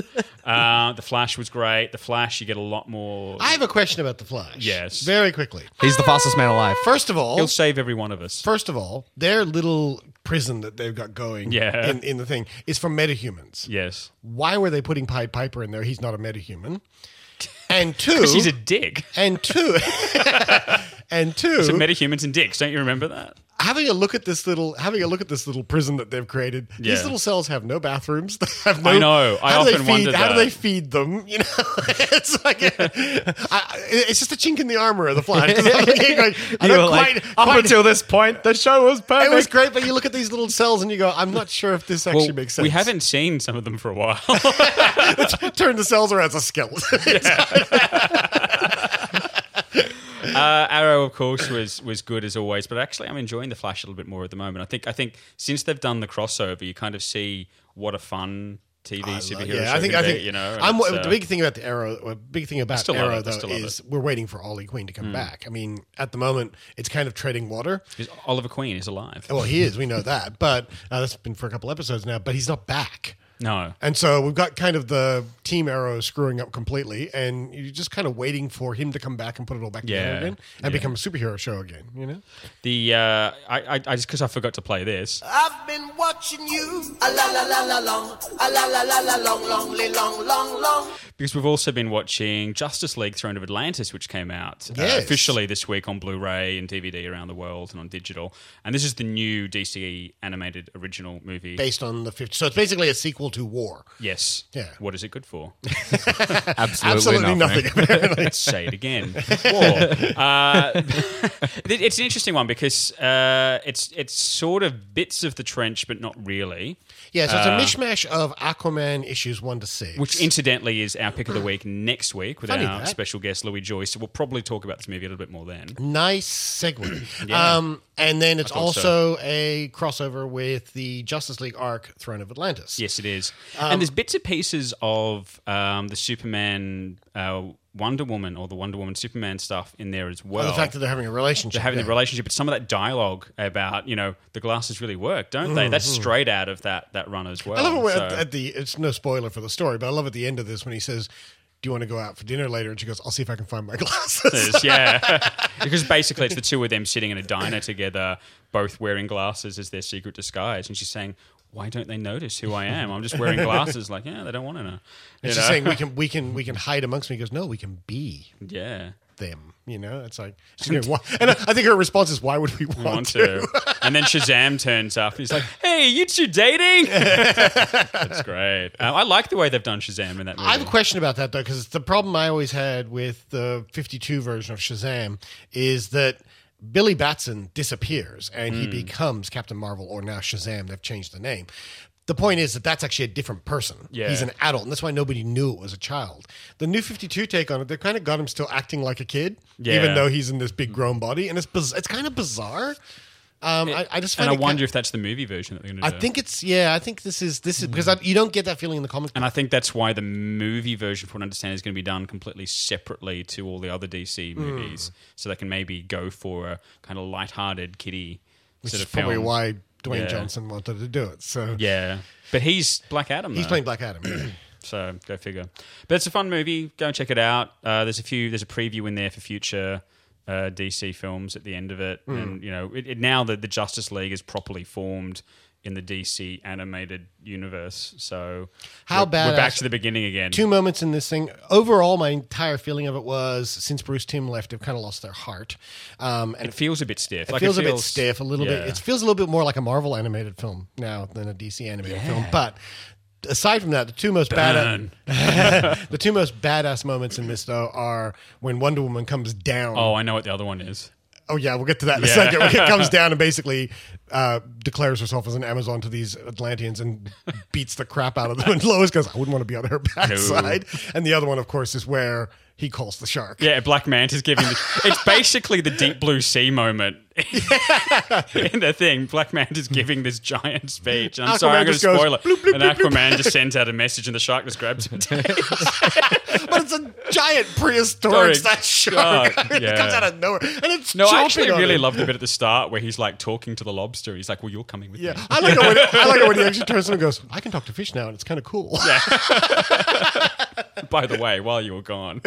S5: uh, the Flash was great. The Flash, you get a lot more.
S6: I have a question about the Flash.
S5: Yes.
S6: Very quickly.
S7: He's the fastest man alive.
S6: First of all,
S5: He'll save every one of us.
S6: first of all, their little prison that they've got going
S5: Yeah.
S6: in, in the thing is from metahumans.
S5: yes,
S6: Why were they putting Pied Piper in there? He's not a metahuman. And two,
S5: because he's a dick.
S6: and two, and two,
S5: So metahumans and dicks. Don't you remember that?
S6: having a look at this little having a look at this little prison that they've created.
S5: Yeah.
S6: These little cells have no bathrooms. They have no.
S5: I know. I
S6: how do they
S5: often
S6: feed,
S5: wondered
S6: how
S5: that.
S6: do they feed them? You know, it's like a, I, it's just a chink in the armor of the fly. I
S7: You were
S6: don't
S7: like,
S6: quite,
S7: up
S6: quite-
S7: until this point, the show was perfect.
S6: it was great, but you look at these little cells and you go, I'm not sure if this actually
S5: Well,
S6: makes sense.
S5: we haven't seen some of them for a while.
S6: turned the cells around as a skeleton.
S5: Uh, Arrow, of course, was was good as always, but actually, I'm enjoying the Flash a little bit more at the moment. I think I think since they've done the crossover, you kind of see what a fun TV superhero show
S6: yeah, I think
S5: can
S6: I
S5: be,
S6: think
S5: you know. and
S6: I'm,
S5: it's,
S6: the
S5: uh,
S6: big thing about the Arrow. well, Big thing about
S5: still love
S6: Arrow
S5: it, Hmm. I
S6: though
S5: still love
S6: is we're waiting for Ollie Queen to come back. I mean, at the moment, it's kind of treading water.
S5: is Oliver Queen is alive.
S6: Well, he is. We know that, but uh, that's been for a couple episodes now. But he's not back.
S5: No,
S6: And so we've got kind of the team arrow screwing up completely, and you're just kind of waiting for him to come back and put it all back
S5: Yeah,
S6: together again and
S5: yeah.
S6: become a superhero show again. You know,
S5: the uh, I, I I just because I forgot to play this.
S11: I've been watching you. A la la la la long. A la la la la long, long, li- long, long, long.
S5: because we've also been watching Justice League Throne of Atlantis, which came out uh,
S6: Yes.
S5: officially this week on Blu ray and DVD around the world and on digital. And this is the new DC animated original movie.
S6: based on the 50. So it's basically a sequel to War.
S5: yes.
S6: Yeah.
S5: What is it good for?
S7: absolutely,
S6: Absolutely, nothing. apparently.
S5: Let's say it again. War. Uh, it- it's an interesting one because uh, it's it's sort of bits of the trench, but not really.
S6: yeah, so it's a mishmash of Aquaman issues one to six.
S5: Uh, Which, incidentally, is our pick of the week next week with
S6: Funny
S5: our
S6: that.
S5: special guest Louis Joyce. So we'll probably talk about this movie a little bit more then.
S6: nice segue.
S5: Yeah.
S6: um, and then it's
S5: thought
S6: also a crossover with the Justice League arc Throne of Atlantis.
S5: Yes, it is.
S6: Um,
S5: and there's bits and pieces of um, the Superman, uh, Wonder Woman, or the Wonder Woman Superman stuff in there as well.
S6: Well, Oh, the fact that they're having a relationship.
S5: they're having
S6: yeah.
S5: the relationship, but some of that dialogue about you know the glasses really work, don't they? That's straight out of that that run as well.
S6: Hmm, I love it when at,
S5: Um, So-
S6: at the. It's no spoiler for the story, but I love at the end of this when he says, "Do you want to go out for dinner later?" And she goes, "I'll see if I can find my glasses."
S5: yeah, because basically it's the two of them sitting in a diner together, both wearing glasses as their secret disguise, and she's saying. Why don't they notice who I am? I'm just wearing glasses. Like, yeah, they don't want to know. You
S6: And she's
S5: know?
S6: saying, "We can, we can, we can hide amongst me." He goes, "No, we can be
S5: yeah.
S6: them." You know, it's like, she's going, "Why?" and I, I think her response is, "Why would we want,
S5: want
S6: to?"
S5: to. and then Shazam turns up and he's like, hey, you two dating? That's great. Um, I like the way they've done Shazam in that movie.
S6: I have a question about that though, because the problem I always had with the 52 version of Shazam is that Billy Batson disappears and
S5: Hmm.
S6: he becomes Captain Marvel or now Shazam. They've changed the name. The point is that that's actually a different person.
S5: Yeah.
S6: He's an adult, and that's why nobody knew it was a child. The new 52 take on it, they've kind of got him still acting like a kid,
S5: Yeah.
S6: even though he's in this big grown body. And it's biz- it's kind of bizarre. Um, I, I just
S5: Eh, and
S6: find
S5: I
S6: it
S5: wonder
S6: ki-
S5: if that's the movie version that they're going to
S6: I
S5: do.
S6: think it's, yeah, I think this is, this is because
S5: Hmm.
S6: I, you don't get that feeling in the comic
S5: and I think that's why the movie version, from what I understand, is going to be done completely separately to all the other
S6: Hmm.
S5: DC movies. So they can maybe go for a kind of lighthearted kiddie
S6: Which
S5: sort
S6: is
S5: of
S6: probably
S5: film.
S6: why Dwayne
S5: Yeah.
S6: Johnson wanted to do it. So
S5: Yeah. But he's Black Adam.
S6: he's
S5: though.
S6: playing Black Adam. yeah,
S5: So go figure. But it's a fun movie. Go and check it out. Uh, there's a few. There's a preview in there for future uh, DC films at the end of it,
S6: Hmm.
S5: and you know it, it, now that the Justice League is properly formed in the DC animated universe. So
S6: How
S5: we're, we're back
S6: badass-
S5: to the beginning again.
S6: Two moments in this thing. Overall, my entire feeling of it was since Bruce Tim left, they've kind of lost their heart. Um, and
S5: it feels a bit stiff.
S6: it
S5: Like,
S6: feels, a bit stiff, a little
S5: yeah.
S6: bit. It feels a little bit more like a Marvel animated film now than a DC animated film. But aside from that, the two most
S5: Burn.
S6: badass the two most badass moments in this though are when Wonder Woman comes down.
S5: Oh, I know what the other one is.
S6: Oh yeah, we'll get to that in
S5: Yeah.
S6: a second. When it comes down and basically uh, declares herself as an Amazon to these Atlanteans and beats the crap out of them. And Lois goes, "I wouldn't want to be on her backside." And the other one, of course, is where he calls the shark.
S5: Yeah, Black Manta's giving. The, it's basically the deep blue sea moment in the thing. Black Manta's giving this giant speech. And I'm sorry,
S6: Aquaman
S5: I'm going to
S6: just goes,
S5: spoil it.
S6: bloop, bloop,
S5: and
S6: bloop, bloop.
S5: Aquaman just sends out a message, and the shark just grabs it.
S6: But it's a giant prehistoric
S5: Sorry,
S6: that shark.
S5: shark,
S6: it
S5: yeah.
S6: comes out of nowhere, and it's
S5: No, I
S6: chomping
S5: actually
S6: on
S5: really
S6: him.
S5: love the bit at the start where he's like talking to the lobster. He's like, "Well, you're coming with
S6: Yeah,
S5: me."
S6: I like it when I like it when he actually turns to him and goes, "I can talk to fish now, and it's kind of cool."
S5: By the way, while you were gone.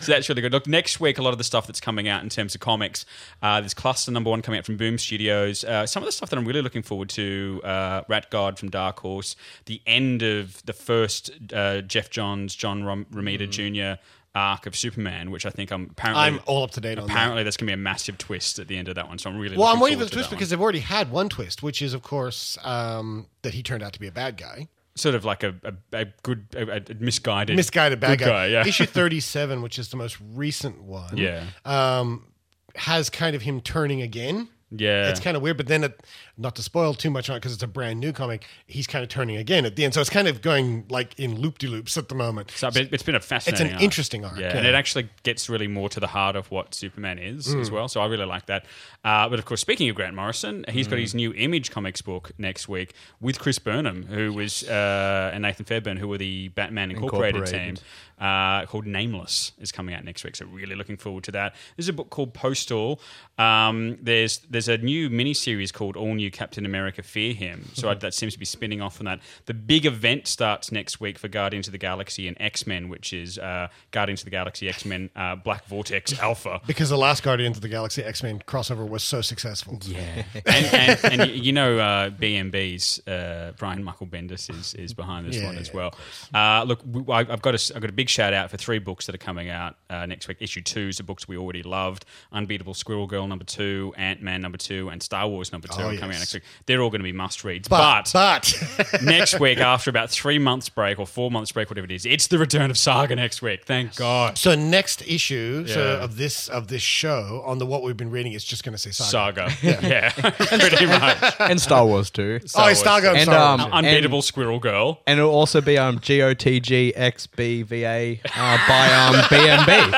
S5: so that's really good. Look, next week, a lot of the stuff that's coming out in terms of comics, uh, there's Cluster Number One coming out from Boom Studios. Uh, some of the stuff that I'm really looking forward to: uh, Rat Guard from Dark Horse, the end of the first uh, Jeff Johns, John Rom- Romita Jr. arc of Superman, which I think I'm apparently
S6: Mm-hmm. I'm all up to date on that.
S5: Apparently, there's going to be a massive twist at the end of that one. So I'm really
S6: Well,
S5: looking
S6: I'm waiting for
S5: forward
S6: the
S5: to
S6: twist
S5: that
S6: because they've already had one twist, which is, of course, um, that he turned out to be a bad guy.
S5: one. sort of like a, a, a good a, a misguided
S6: Misguided bad
S5: good
S6: guy.
S5: Yeah,
S6: Issue 37, which is the most recent one,
S5: Yeah.
S6: um, has kind of him turning again.
S5: Yeah.
S6: It's kind of weird, but then, it, not to spoil too much on it because it's a brand new comic, he's kind of turning again at the end. So it's kind of going like in loop de loops at the moment.
S5: So it- it's been a fascinating.
S6: an
S5: arc.
S6: interesting arc,
S5: yeah,
S6: yeah.
S5: and it actually gets really more to the heart of what Superman is
S6: Hmm.
S5: as well. So I really like that. Uh, but of course, speaking of Grant Morrison, he's
S6: Hmm.
S5: got his new Image Comics book next week with Chris Burnham, who was uh, and Nathan Fairburn, who were the Batman Incorporated,
S7: Incorporated.
S5: team. Uh, called Nameless is coming out next week, so really looking forward to that. There's a book called Postal. Um, there's there's a new miniseries called All New Captain America: Fear Him. So I, that seems to be spinning off from that. The big event starts next week for Guardians of the Galaxy and X Men, which is uh, Guardians of the Galaxy X Men uh, Black Vortex Alpha.
S6: Because the last Guardians of the Galaxy X Men crossover was so successful.
S5: Yeah, and, and, and you- you know uh, BMB's uh, Brian Michael Bendis is, is behind this
S6: Yeah,
S5: one
S6: yeah,
S5: as
S6: of
S5: well. Uh, look, w- I- I've got a, s- I've got a big shout out for three books that are coming out uh, next week. Issue two is the books we already loved: Unbeatable Squirrel Girl number two, Ant Man number two, and Star Wars number two
S6: Oh,
S5: are coming out
S6: yes.
S5: next week. They're all going to be must reads.
S6: But,
S5: But,
S6: but,
S5: next week, after about three months break or four months break, whatever it is, it's the return of Saga next week. Thank God.
S6: so next issue so
S5: Yeah.
S6: of this of this show on the what we've been reading is just going to say Saga.
S5: Saga, yeah, pretty much.
S7: and Star Wars too.
S6: Oh, it's Saga. I'm
S7: And,
S6: sorry. Oh,
S7: um,
S5: Unbeatable Squirrel Girl.
S7: And it'll also be um G O T G X B V A uh, by um B M B.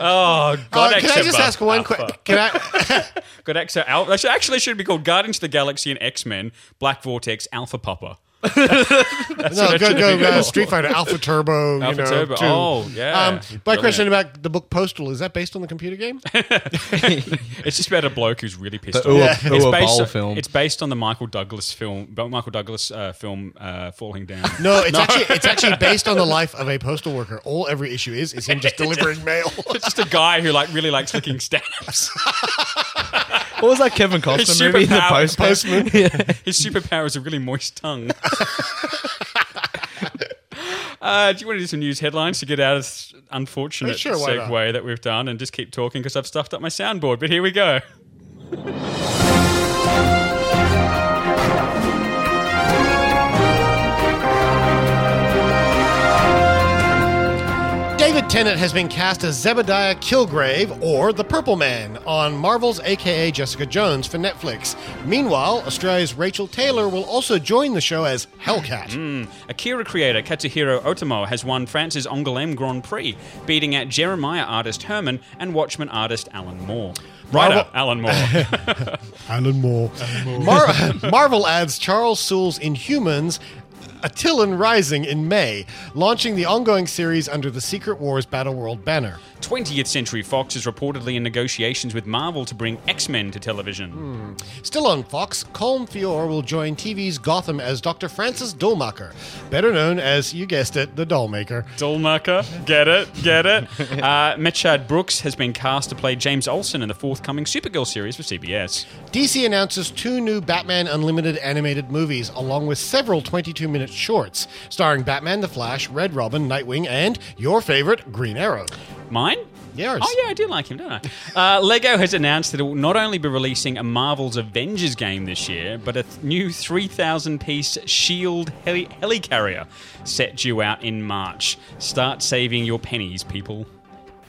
S5: Oh,
S6: Uh,
S5: God!
S6: can I just ask one question? Can I?
S5: Good Exa Alpha. Actually, actually, it should be called Guardians of the Galaxy and X Men Black Vortex Alpha Papa.
S6: no,
S5: what I
S6: go
S5: should
S6: go
S5: be
S6: uh,
S5: called.
S6: Street Fighter Alpha Turbo.
S5: Alpha
S6: you know,
S5: Turbo.
S6: two.
S5: Oh, yeah.
S6: Um, my
S5: Brilliant.
S6: question about the book Postal is that based on the computer game?
S5: It's just about a bloke who's really pissed
S7: The
S5: off.
S7: Uwe- Uwe
S5: It's,
S7: Boll
S5: based on,
S7: film.
S5: it's based on the Michael Douglas film, Michael Douglas uh, film uh, Falling Down.
S6: No, it's actually it's actually based on the life of a postal worker. All every issue is is him just delivering mail.
S5: It's just a guy who like really likes licking stamps.
S7: What was that Kevin Costner movie? The
S5: superpower-
S7: Postman.
S5: Postman.
S7: Yeah.
S5: His superpower is a really moist tongue. Uh, do you want to do some news headlines to get out of this unfortunate
S6: Sure, why not?
S5: segue that we've done and just keep talking because I've stuffed up my soundboard? But here we go.
S6: David Tennant has been cast as Zebediah Kilgrave or the Purple Man on Marvel's AKA Jessica Jones for Netflix. Meanwhile, Australia's Rachel Taylor will also join the show as Hellcat.
S5: Mm. Akira creator Katsuhiro Otomo has won France's Angoulême Grand Prix, beating out Jeremiah artist Herman and Watchmen artist Alan Moore. Writer
S6: Marvel-
S5: Alan Moore.
S6: Alan Moore. Mar- Marvel adds Charles Soule's Inhumans. Attilan Rising in May, launching the ongoing series under the Secret Wars Battle World banner.
S5: 20th Century Fox is reportedly in negotiations with Marvel to bring X Men to television.
S6: Still on Fox, Colm Fior will join TV's Gotham as Dr. Francis Dolmacher, better known as, you guessed it, the Dollmaker.
S5: Dollmaker. Get it, get it. Uh, Mitchard Brooks has been cast to play James Olsen in the forthcoming Supergirl series for CBS.
S6: DC announces two new Batman Unlimited animated movies, along with several 22 minute shorts, starring Batman, The Flash, Red Robin, Nightwing, and your favorite, Green Arrow.
S5: Mine?
S6: Yours.
S5: Oh, yeah, I do like him, don't I? Uh, Lego has announced that it will not only be releasing a Marvel's Avengers game this year, but a th- new 3,000 piece shield E heli- helicarrier set due out in March. Start saving your pennies, people.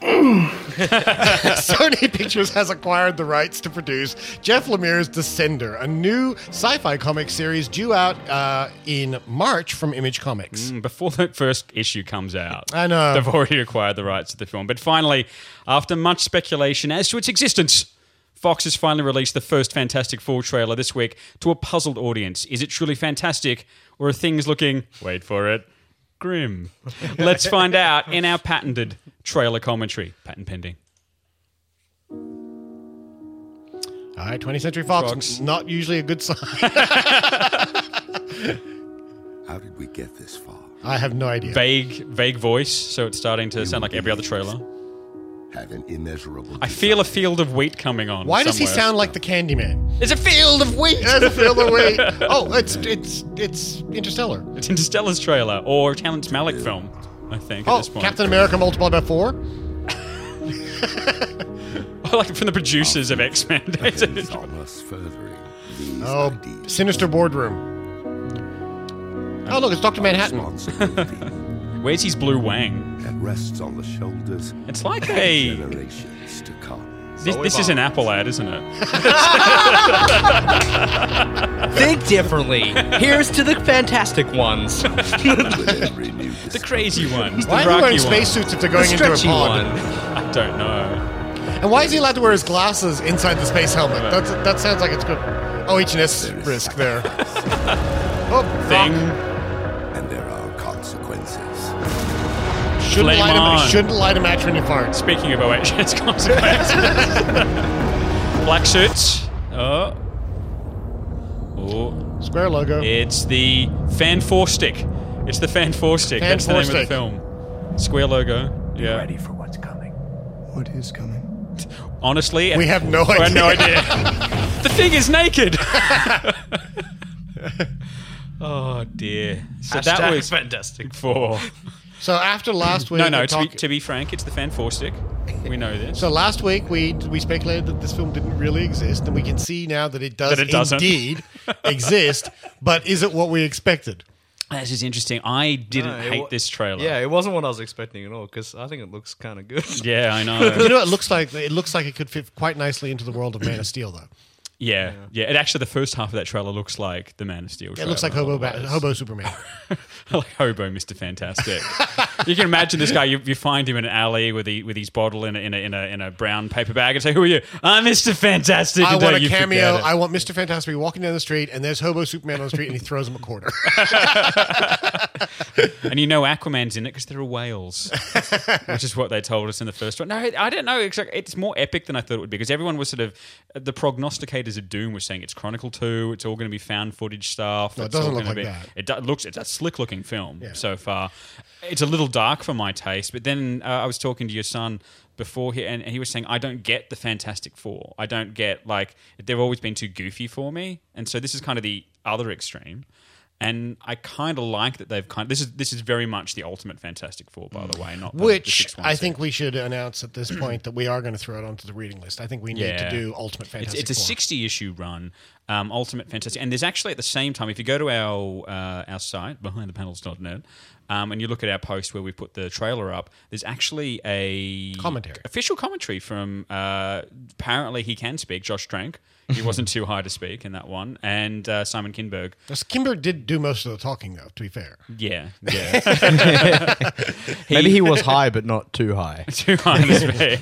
S6: Sony Pictures has acquired the rights to produce Jeff Lemire's Descender, a new sci fi comic series due out uh, in March from Image Comics.
S5: before the first issue comes out.
S6: I know.
S5: They've already acquired the rights to the film. But finally, after much speculation as to its existence, Fox has finally released the first Fantastic Four trailer this week to a puzzled audience. Is it truly fantastic, or are things looking, wait for it, grim? Let's find out in our patented trailer commentary. Patent pending.
S6: All right, 20th Century Fox,
S5: Fox.
S6: not usually a good sign.
S12: How did we get this far?
S6: I have no idea.
S5: Vague, vague voice, so it's starting to sound like every other trailer.
S12: Have an immeasurable.
S5: I feel a field of wheat coming on.
S6: Why does he
S5: somewhere.
S6: sound like the Candyman?
S5: There's a field of wheat.
S6: That's a field of wheat. Oh, it's it's it's Interstellar.
S5: It's Interstellar's trailer or Terrence Malick film. I think, at
S6: Oh,
S5: this point.
S6: Captain America multiplied by four.
S5: like from the producers of X Men.
S12: Thus furthering
S6: Oh, sinister boardroom. Oh, look, it's Doctor Manhattan.
S5: Where's his blue wang?
S12: that rests on the shoulders
S5: It's like
S12: of
S5: a-
S12: generations to come.
S5: This, this is an Apple ad, isn't it?
S7: Think differently. Here's to the fantastic ones.
S5: The crazy ones.
S6: Why
S5: the
S6: are they wearing
S5: rocky ones.
S6: spacesuits if they're going into a
S7: stretchy
S5: I
S6: pod?
S5: don't know.
S6: And why is he allowed to wear his glasses inside the space helmet?
S5: Right.
S6: That's, that sounds like it's good. Oh, HNS risk there. oh,
S5: Thing.
S12: And there are consequences.
S6: Shouldn't
S5: Flame
S6: light, a,
S5: on.
S6: shouldn't light a match when you fart.
S5: Speaking of OHS consequences. Black suits. Oh. Oh.
S6: Square logo.
S5: It's the Fan Four Stick. It's the Fan Four Stick.
S6: Fan
S5: That's the
S6: Four
S5: name of
S6: Stick.
S5: the film. Square logo. Yeah.
S4: Ready for what's coming.
S1: What is coming?
S5: Honestly,
S6: We have no
S5: I
S6: idea.
S5: had no idea. the thing is naked. oh dear. So that was
S7: fantastic.
S5: four.
S6: So after last week,
S5: No, no.
S6: we
S5: To be,
S6: talked-
S5: to be frank, it's the Fan Four Stick. We know this.
S6: So last week we we speculated that this film didn't really exist, and we can see now that it does
S5: That it doesn't.
S6: indeed exist. But is it what we expected?
S5: This is interesting. I didn't hate this trailer.
S7: Yeah, it wasn't what I was expecting at all because I think it looks kind of good.
S5: Yeah, I
S6: You
S5: know.
S6: know, it looks like it looks like it could fit quite nicely into the world of Man of Steel, though.
S5: yeah, yeah. It actually, the first half of that trailer looks like the Man of Steel.
S6: It
S5: Trailer,
S6: looks like Hobo ba-
S5: otherwise.
S6: Hobo Superman.
S5: like hobo Mister Fantastic. you can imagine this guy. You, you find him in an alley with he, with his bottle in a, in, a, in, a, in a brown paper bag and say, "Who are you? I'm Mister Fantastic."
S6: I
S5: and don't
S6: want a
S5: you forget
S6: cameo.
S5: it.
S6: I want Mister Fantastic to be walking down the street, and there's Hobo Superman on the street, and he throws him a quarter.
S5: and you know Aquaman's in it because there are whales, which is what they told us in the first one. No, I don't know. It's, like, it's more epic than I thought it would be because everyone was sort of the prognosticators of doom were saying it's Chronicle Two. It's all going to be found footage stuff.
S6: No, it
S5: it's all
S6: doesn't look
S5: gonna
S6: like
S5: be-
S6: that.
S5: It do- looks it's a slick looking film so far. It's a little dark for my taste. But then uh, I was talking to your son before here, and he was saying I don't get the Fantastic Four. I don't get like they've always been too goofy for me, and so this is kind of the other extreme and I kind of like that they've kind. this is this is very much the ultimate Fantastic Four, by the way, not the, the
S6: Which
S5: 616.
S6: I think we should announce at this point that we are going to throw it onto the reading list. I think we need
S5: Yeah.
S6: to do Ultimate
S5: It's,
S6: Fantastic.
S5: it's a
S6: Four.
S5: sixty issue run, um, Ultimate Fantastic, and there's actually at the same time if you go to our uh, our site behindthepanels.net. Um, and you look at our post where we put the trailer up. There's actually a
S6: Commentary.
S5: official commentary from. Uh, apparently, he can speak. Josh Trank. He wasn't too high to speak in that one, and uh, Simon Kinberg.
S6: Yes, Kimber did do most of the talking, though. To be fair,
S5: Yeah, yeah.
S7: Maybe he was high, but not too high.
S5: too high to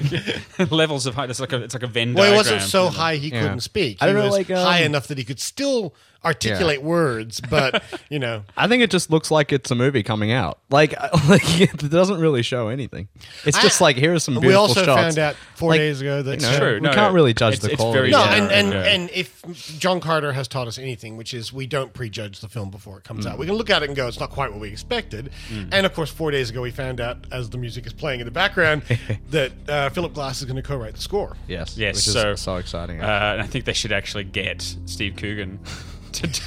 S5: speak. Levels of height. It's like a it's like a Venn
S6: well, he
S5: diagram.
S6: wasn't so high he
S7: Yeah.
S6: couldn't speak. He
S7: I don't know,
S6: was
S7: like, um,
S6: high enough that he could still articulate words, but you know,
S7: I think it just looks like it's a movie coming out. Like, like it doesn't really show anything. It's just
S6: I-
S7: like here are some
S6: Ah. we
S7: beautiful
S6: also
S7: shots.
S6: found out four
S7: Like,
S6: days ago that-
S7: you
S6: It's
S7: know,
S5: true.
S7: We
S5: No,
S7: can't really judge
S5: it's-
S7: the
S5: it's
S7: quality.
S5: very
S6: No,
S5: Yeah.
S6: and and,
S5: Yeah.
S6: and if John Carter has taught us anything, which is we don't prejudge the film before it comes
S7: Mm.
S6: out. We can look at it and go, it's not quite what we expected. And of course, four days ago, we found out as the music is playing in the background that uh, Philip Glass is going to co-write the score.
S7: yes,
S5: Yes,
S7: which is
S5: so-
S7: so, exciting.
S5: Uh, and I think they should actually get Steve Coogan to do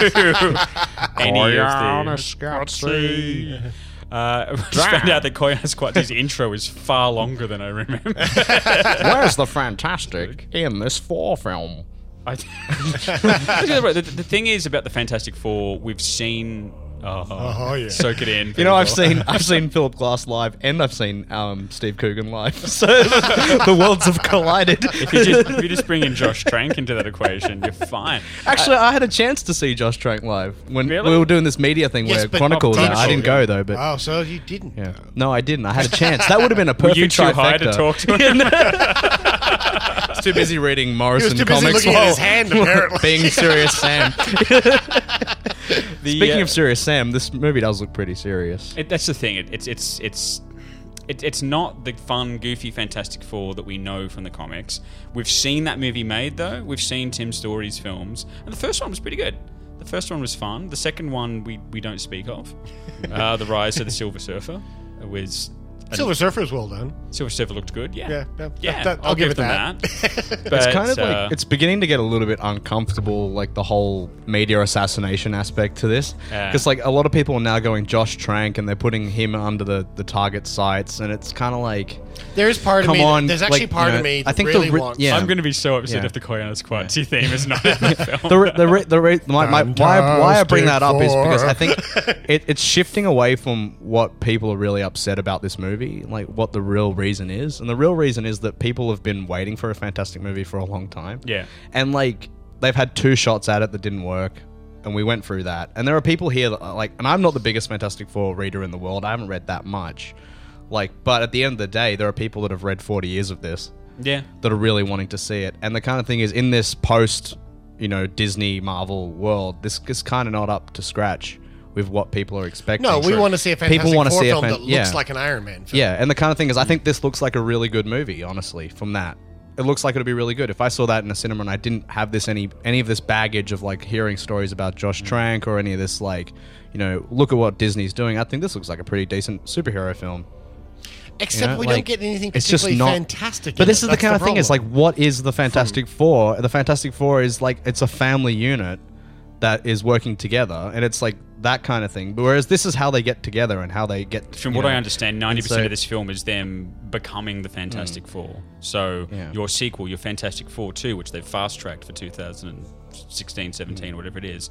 S5: any of the Scotsy. Uh, I just found out that Koyana Squatsy's intro is far longer than I remember.
S7: Where's the fantastic in this four film?
S5: I, the, the thing is about the Fantastic Four, we've seen. Oh,
S6: Oh, yeah.
S5: Soak it in.
S7: You know, I've
S5: people.
S7: seen I've seen Philip Glass live, and I've seen um, Steve Coogan live. So the worlds have collided.
S5: If you, just, if you just bring in Josh Trank into that equation, you're fine.
S7: Actually, I had a chance to see Josh Trank live when
S5: Really?
S7: we were doing this media thing
S6: Yes,
S7: where
S6: but-
S7: Chronicles.
S6: Chronicle,
S7: I didn't
S6: yeah.
S7: go though, but
S6: Oh, so you didn't.
S7: yeah. no, I didn't. I had a chance. That would have been a perfect
S5: you too
S7: trifecta.
S5: high to talk to him?
S7: I was too busy reading
S6: He was
S7: Morrison
S6: too busy
S7: comics
S6: looking at his
S7: while
S6: hand, apparently.
S7: being serious Sam.
S5: The,
S7: Speaking
S5: uh,
S7: of serious Sam, this movie does look pretty serious.
S5: It, that's the thing. It, it's it's it's it, it's not the fun, goofy Fantastic Four that we know from the comics. We've seen that movie made though. We've seen Tim Story's films, and the first one was pretty good. The first one was fun. The second one we we don't speak of. uh, the Rise of the Silver Surfer was
S6: Silver Surfer is well done.
S5: Silver Surfer looked good. Yeah,
S6: yeah, yeah.
S5: yeah.
S6: That-
S5: I'll, give, it them that. but,
S7: it's kind of
S5: uh,
S7: like it's beginning to get a little bit uncomfortable, like the whole media assassination aspect to this,
S5: Yeah.
S7: because like a lot of people are now going Josh Trank and they're putting him under the the target sites, and it's kind of like
S6: There is part
S7: come
S6: of me.
S7: on,
S6: there's actually
S7: like,
S6: part
S7: you know,
S6: of me. That
S7: I think
S6: really
S7: the re-
S6: wants.
S7: yeah,
S5: I'm going to be so upset
S7: Yeah.
S5: if the Koyaanisqatsi Quatsi theme is not in the film.
S7: the re- the re- the re- my, my, why why I bring that up is because I think
S6: Fantastic
S7: it, it's shifting away from what people are really upset about this movie, like what the real reason is, and the real reason is that people have been waiting for a fantastic movie for a long time.
S5: Yeah.
S7: and like they've had two shots at it that didn't work. And we went through that. And there are people here that are like, and I'm not the biggest Fantastic Four reader in the world. I haven't read that much. Like, but at the end of the day, there are people that have read 40 years of this
S5: yeah,
S7: that are really wanting to see it. And the kind of thing is, in this post, you know, Disney Marvel world, this is kind of not up to scratch with what people are expecting.
S6: No, we want to see a fantastic
S7: people want to
S6: Four
S7: see a
S6: film
S7: fan-
S6: that looks
S7: yeah.
S6: like an Mm. Iron Man film.
S7: yeah. And the kind of thing is, I think this looks like a really good movie. Honestly, from that, it looks like it'd be really good if I saw that in a cinema and I didn't have this any any of this baggage of like hearing stories about Josh Trank or any of this like, you know, look at what Disney's doing. I think this looks like a pretty decent superhero film.
S6: Except
S7: know,
S6: we
S7: like,
S6: don't get anything
S7: it's just
S6: particularly
S7: not-
S6: fantastic.
S7: But
S6: in it.
S7: this is the
S6: That's
S7: kind of thing. It's like,
S6: problem.
S7: what is the Fantastic Four? The Fantastic Four is like it's a family unit that is working together, and it's like that kind of thing. But whereas this is how they get together and how they get.
S5: from
S7: you
S5: what I
S7: know,
S5: understand, ninety percent
S7: so- Mm.
S5: of this film is them becoming the Fantastic Four. So
S7: Yeah.
S5: your sequel, your Fantastic Four two, which they've fast tracked for 2016,
S7: Mm.
S5: 17, whatever it is,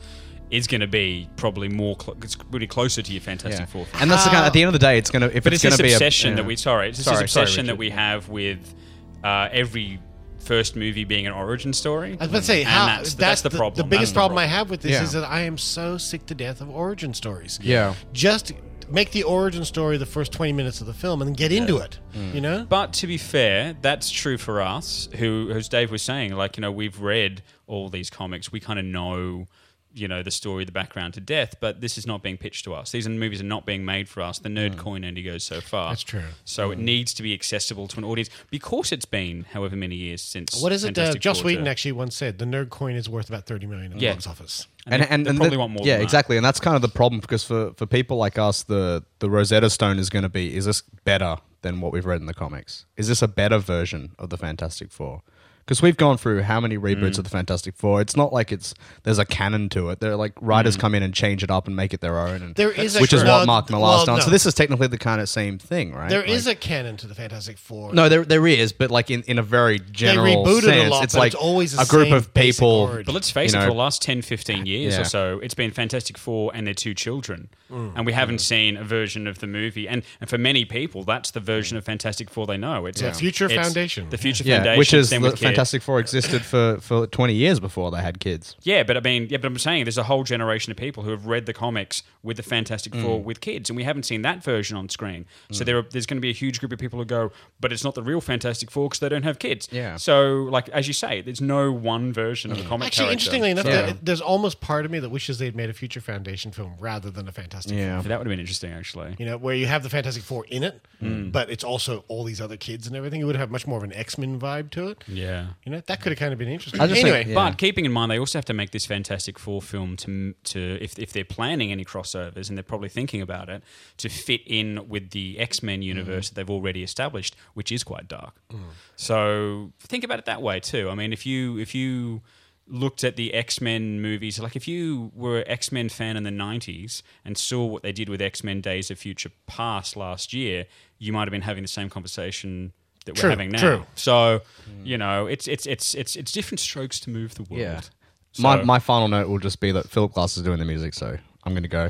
S5: is going to be probably more. Cl- it's really closer to your Fantastic
S7: yeah.
S5: Four. Film.
S7: And that's the kind. At the end of the day, it's gonna. If
S5: but
S7: it's,
S5: it's, this
S7: gonna be
S5: obsession
S7: a,
S5: that we sorry, it's
S7: Sorry,
S5: this
S7: sorry,
S5: obsession that
S7: Richard.
S5: we have with uh, every first movie being an origin story.
S6: I was about to say,
S5: And
S6: how,
S5: that's, that's the problem.
S6: The biggest
S5: That's
S6: problem, I have with this
S7: Yeah.
S6: is that I am so sick to death of origin stories.
S7: Yeah.
S6: Just make the origin story the first 20 minutes of the film and then get into it.
S5: Mm.
S6: You know?
S5: But to be fair, that's true for us, who, as Dave was saying, like, you know, we've read all these comics. We kind of know, you know, the story, the background to death, but this is not being pitched to us. These movies are not being made for us. The nerd coin only goes so far.
S6: Hmm. That's true. Hmm.
S5: So it needs to be accessible to an audience because it's been however many years since.
S6: What is it? Uh,
S5: Fantastic
S6: Joss
S5: Four
S6: Whedon
S5: to-
S6: actually once said the nerd coin is worth about 30 million at the
S5: Yeah.
S6: box office.
S5: And, they, they
S7: the-
S5: probably want more.
S7: Yeah,
S5: than that.
S7: exactly. And that's kind of the problem because for for people like us, the the Rosetta Stone is going to be is this better than what we've read in the comics? Is this a better version of the Fantastic Four? Because we've gone through how many
S5: Mm.
S7: reboots of the Fantastic Four? It's not like it's there's a canon to it. They're like writers
S5: Mm.
S7: come in and change it up and make it their own. And,
S6: There is a-
S7: which is
S6: Well,
S7: what Mark
S6: well,
S7: Millar's done.
S6: no.
S7: So this is technically the kind of same thing, right?
S6: There is
S7: Like-
S6: a canon to the Fantastic Four.
S7: no, there there is, but like in, in a very general
S6: rebooted a
S7: sense,
S6: lot,
S7: it's
S6: but
S7: like
S6: it's always the
S7: a group
S6: same
S7: of
S6: basic
S7: people.
S6: origin.
S5: But let's face
S7: you
S5: it, for
S7: know-
S5: the last 10, 15 years
S7: Yeah.
S5: or so, it's been Fantastic Four and their two children.
S6: Mm.
S5: And we
S7: Mm.
S5: haven't seen a version of the movie. And, and for many people, that's the version of Fantastic Four they know. It's
S6: Yeah. Future
S5: it's
S6: Foundation.
S5: The Future
S7: Mm. Yeah,
S5: Foundation.
S7: which is
S5: then
S7: the
S5: with kids.
S7: Fantastic Four existed for, for 20 years before they had kids.
S5: Yeah, but I mean, yeah, but I'm saying there's a whole generation of people who have read the comics with the Fantastic
S7: Mm.
S5: Four with kids, and we haven't seen that version on screen. So there are, there's going to be a huge group of people who go, but it's not the real Fantastic Four because they don't have kids.
S7: Yeah.
S5: So, like as you say, there's no one version of the comic.
S6: Mm. Actually,
S5: character.
S6: interestingly enough,
S5: So-
S6: there- there's almost part of me that wishes they'd made a future Foundation film rather than a Fantastic Four.
S5: Yeah, that would have been interesting actually.
S6: You know, where you have the Fantastic Four in it,
S5: Mm.
S6: but it's also all these other kids and everything. It would have much more of an X Men vibe to it.
S5: Yeah.
S6: You know, that could have kind of been interesting.
S7: I just think-
S6: Anyway,
S7: yeah.
S5: But keeping in mind, they also have to make this Fantastic Four film to to if, if they're planning any crossovers and they're probably thinking about it to fit in with the X Men universe that they've already established, which is quite dark.
S6: Mm.
S5: So think about it that way too. I mean, if you if you looked at the X Men movies, like if you were an X Men fan in the '90s and saw what they did with X Men Days of Future Past last year, you might have been having the same conversation. That we're
S6: True,
S5: having now,
S6: true.
S5: so
S7: Hmm.
S5: you know, it's it's it's it's it's different strokes to move the world.
S7: my,
S5: So-
S7: my final note will just be that Philip Glass is doing the music, so I'm going to go.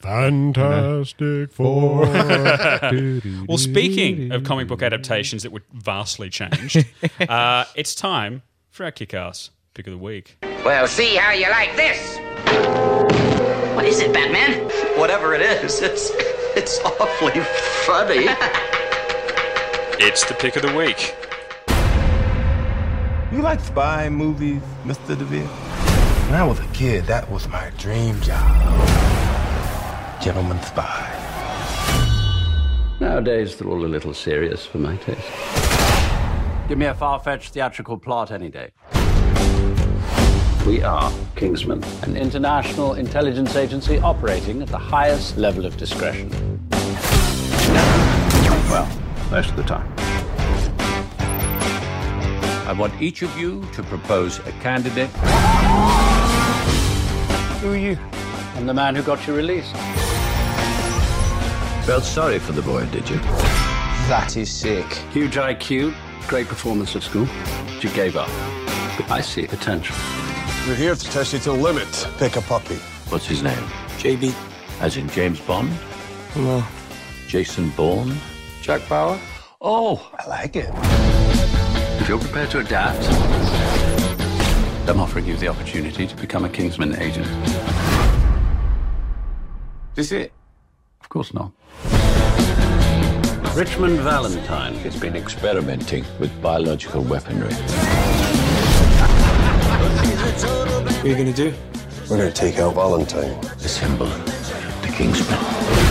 S6: Fantastic Four.
S5: Well, speaking of comic book adaptations that were vastly changed, uh, it's time for our kick-ass pick of the week.
S3: Well, see how you like this. What is it, Batman?
S10: Whatever it is, it's it's awfully funny.
S5: It's the pick of the week.
S13: You like spy movies, Mr. DeVille? When I was a kid, that was my dream job. Gentleman spy.
S14: Nowadays, they're all a little serious for my taste. Give me a far fetched theatrical plot any day. We are Kingsman, an international intelligence agency operating at the highest level of discretion.
S15: Well, most of the time. I want each of you to propose a candidate.
S14: Who are you? I'm the man who got you released.
S15: Felt sorry for the boy, did you?
S9: That is sick.
S14: Huge IQ, great performance at school. You gave up. But I see potential.
S16: We're here to test you to the limit. Pick a puppy.
S15: What's his name?
S9: JB.
S15: As in James Bond?
S9: No.
S15: Jason Bourne? Jack Bauer? Oh,
S9: I like it.
S15: If you're prepared to adapt, I'm offering you the opportunity to become a Kingsman agent.
S9: This it?
S15: Of course not.
S14: Richmond Valentine
S15: has been experimenting with biological weaponry.
S9: What are you gonna do?
S16: We're going to take out Valentine.
S15: The symbol, the Kingsman.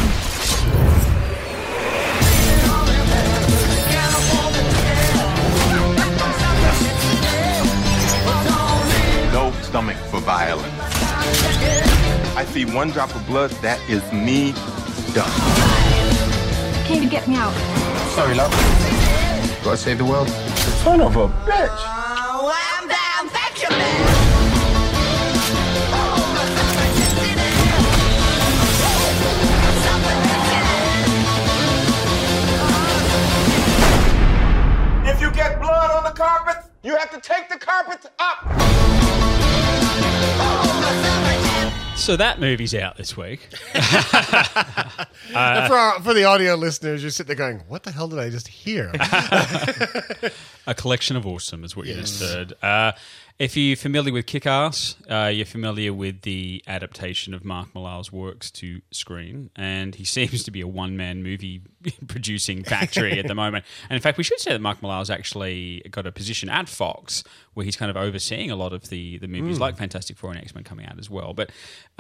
S17: No stomach for violence. I see one drop of blood, that is me done.
S18: Came to get me out.
S17: Sorry, love. Gotta save the world. Son of a bitch!
S11: Oh, I'm down, fetch him
S19: If you get blood on the carpet, you have to take the carpet up.
S5: So that movie's out this week.
S6: Uh, And for, our, for the audio listeners, you sit there going, "What the hell did I just hear?"
S5: A collection of awesome is what you just
S6: Yes.
S5: heard. Uh, if you're familiar with Kick Ass, uh, you're familiar with the adaptation of Mark Millar's works to screen, and he seems to be a one man movie producing factory at the moment. And in fact, we should say that Mark Millar's actually got a position at Fox where he's kind of overseeing a lot of the, the movies
S6: Hmm.
S20: Mm.
S5: like Fantastic Four and X Men coming out as well. But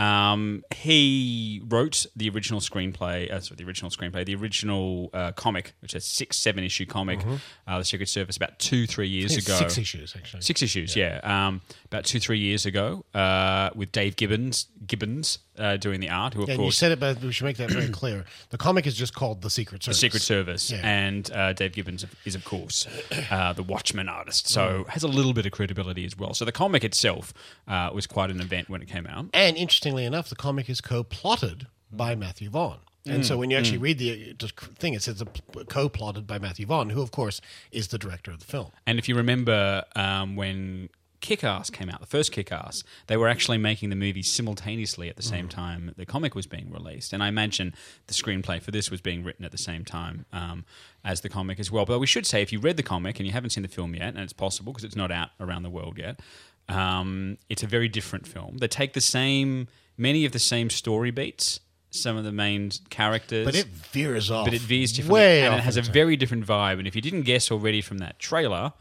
S5: um, he wrote the original screenplay, uh, sorry, the original screenplay, the original uh, comic, which is a six, seven issue comic,
S6: Mhm.
S5: uh, The Secret Service, about two, three years
S6: It's
S5: ago.
S6: six issues, actually.
S5: Six issues, yeah. Um, about two, three years ago, uh, with Dave Gibbons, Gibbons uh, doing the art, who of
S6: Yeah, and you
S5: course
S6: said it, but we should make that very clear. The comic is just called The Secret Service.
S5: the Secret Service,
S6: Yeah.
S5: and uh, Dave Gibbons is of course uh, the Watchman artist, so has a little bit of credibility as well. So the comic itself uh, was quite an event when it came out.
S6: And interestingly enough, the comic is co-plotted by Matthew Vaughn. And
S5: Mm.
S6: so when you actually
S5: Mm.
S6: read the uh, just thing, it says it's co-plotted by Matthew Vaughn, who of course is the director of the film.
S5: And if you remember um, when Kick Ass came out, the first Kick Ass, they were actually making the movie simultaneously at the
S6: Mm.
S5: same time the comic was being released. And I imagine the screenplay for this was being written at the same time um, as the comic as well. But we should say if you read the comic and you haven't seen the film yet, and it's possible because it's not out around the world yet, um, it's a very different film. They take the same, many of the same story beats. Some of the main characters,
S6: But it veers off
S5: But it veers differently,
S6: way
S5: and
S6: off
S5: it has
S6: into
S5: a very different vibe. And if you didn't guess already from that trailer,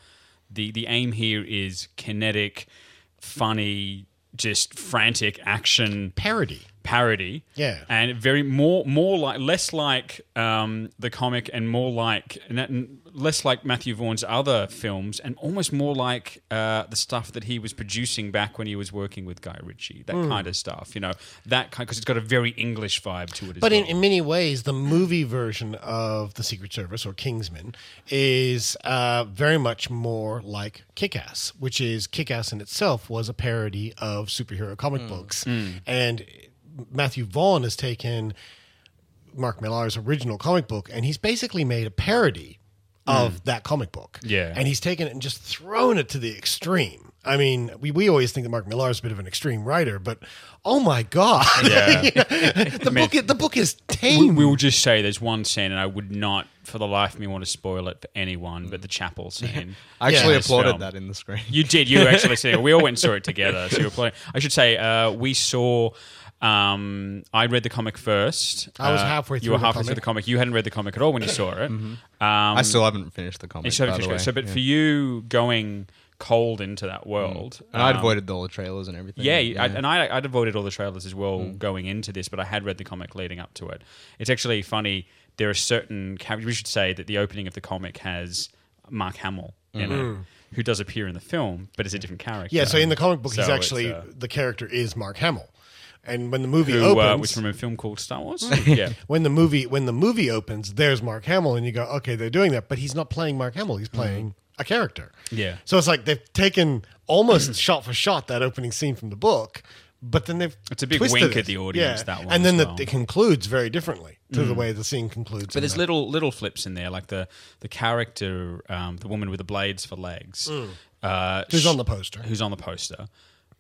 S5: the the aim here is kinetic, funny, just frantic action
S6: parody.
S5: Parody,
S6: Yeah.
S5: and very more more like less like um, the comic and more like and that- and less like Matthew Vaughn's other films, and almost more like uh, the stuff that he was producing back when he was working with Guy Ritchie, that
S6: Mm.
S5: kind of stuff. You know, that kind because it's got a very English vibe to it. as
S6: But in,
S5: well.
S6: in many ways, the movie version of the Secret Service or Kingsman is uh, very much more like Kick-Ass, which is Kick-Ass in itself was a parody of superhero comic
S5: Hmm.
S6: books,
S21: Mm.
S6: and Matthew Vaughn has taken Mark Millar's original comic book and he's basically made a parody of that comic book.
S5: Hmm. Yeah.
S6: and he's taken it and just thrown it to the extreme. I mean, we, we always think that Mark Millar is a bit of an extreme writer, but oh my god,
S5: Yeah.
S6: You know, the
S5: I mean,
S6: book is- the book is
S5: We,
S6: tame.
S7: Hmm.
S5: we will just say there's one scene, and I would not, for the life of me, want to spoil it for anyone. But the chapel scene.
S7: I actually
S5: in this
S7: applauded
S5: film.
S7: that in the screen.
S5: You did. You actually said it. We all went and saw it together. So you applauded. I should say uh, we saw. Um, I read the comic first.
S7: I was
S5: Uh,
S7: halfway
S5: You
S7: through
S5: were
S7: the
S5: halfway through
S7: comic.
S5: the comic. You hadn't read the comic at all when you saw it.
S7: Mhm.
S5: Um,
S7: I still haven't finished the comic,
S5: You still haven't
S7: by the
S5: finished it. So,
S7: way.
S5: but for
S7: Yeah. Mm.
S5: you going cold into that world,
S7: And I'd
S5: um,
S7: avoided all the trailers and everything.
S5: yeah, I, and I, I'd avoided all the trailers as well going into this, but I had read the comic leading up to it. It's actually funny. There are certain characters. We should say that the opening of the comic has Mark Hamill in
S6: Mm.
S5: it, who does appear in the film, but is a different character.
S6: yeah, so in the comic book, he's
S5: So it's,
S6: actually
S5: uh,
S6: the character is Mark Hamill, And when the movie
S5: Who,
S6: opens,
S5: uh, was from a film called Star Wars. yeah.
S6: when the movie when the movie opens, there's Mark Hamill, and you go, okay, they're doing that, but he's not playing Mark Hamill; he's playing a character.
S5: Mm-hmm. Yeah.
S6: So it's like they've taken almost shot for shot that opening scene from the book, but then they've
S5: It's a big
S6: twisted
S5: wink
S6: it.
S5: at the audience,
S6: Yeah.
S5: that one
S6: and then
S5: as
S6: the,
S5: well.
S6: it concludes very differently to the
S5: Mm.
S6: way the scene concludes.
S5: But
S6: in
S5: there's
S6: the-
S5: little little flips in there, like the the character, um, the woman with the blades for legs,
S6: Mm.
S5: uh,
S6: Who's
S5: sh-
S6: on the poster.
S5: Who's on the poster?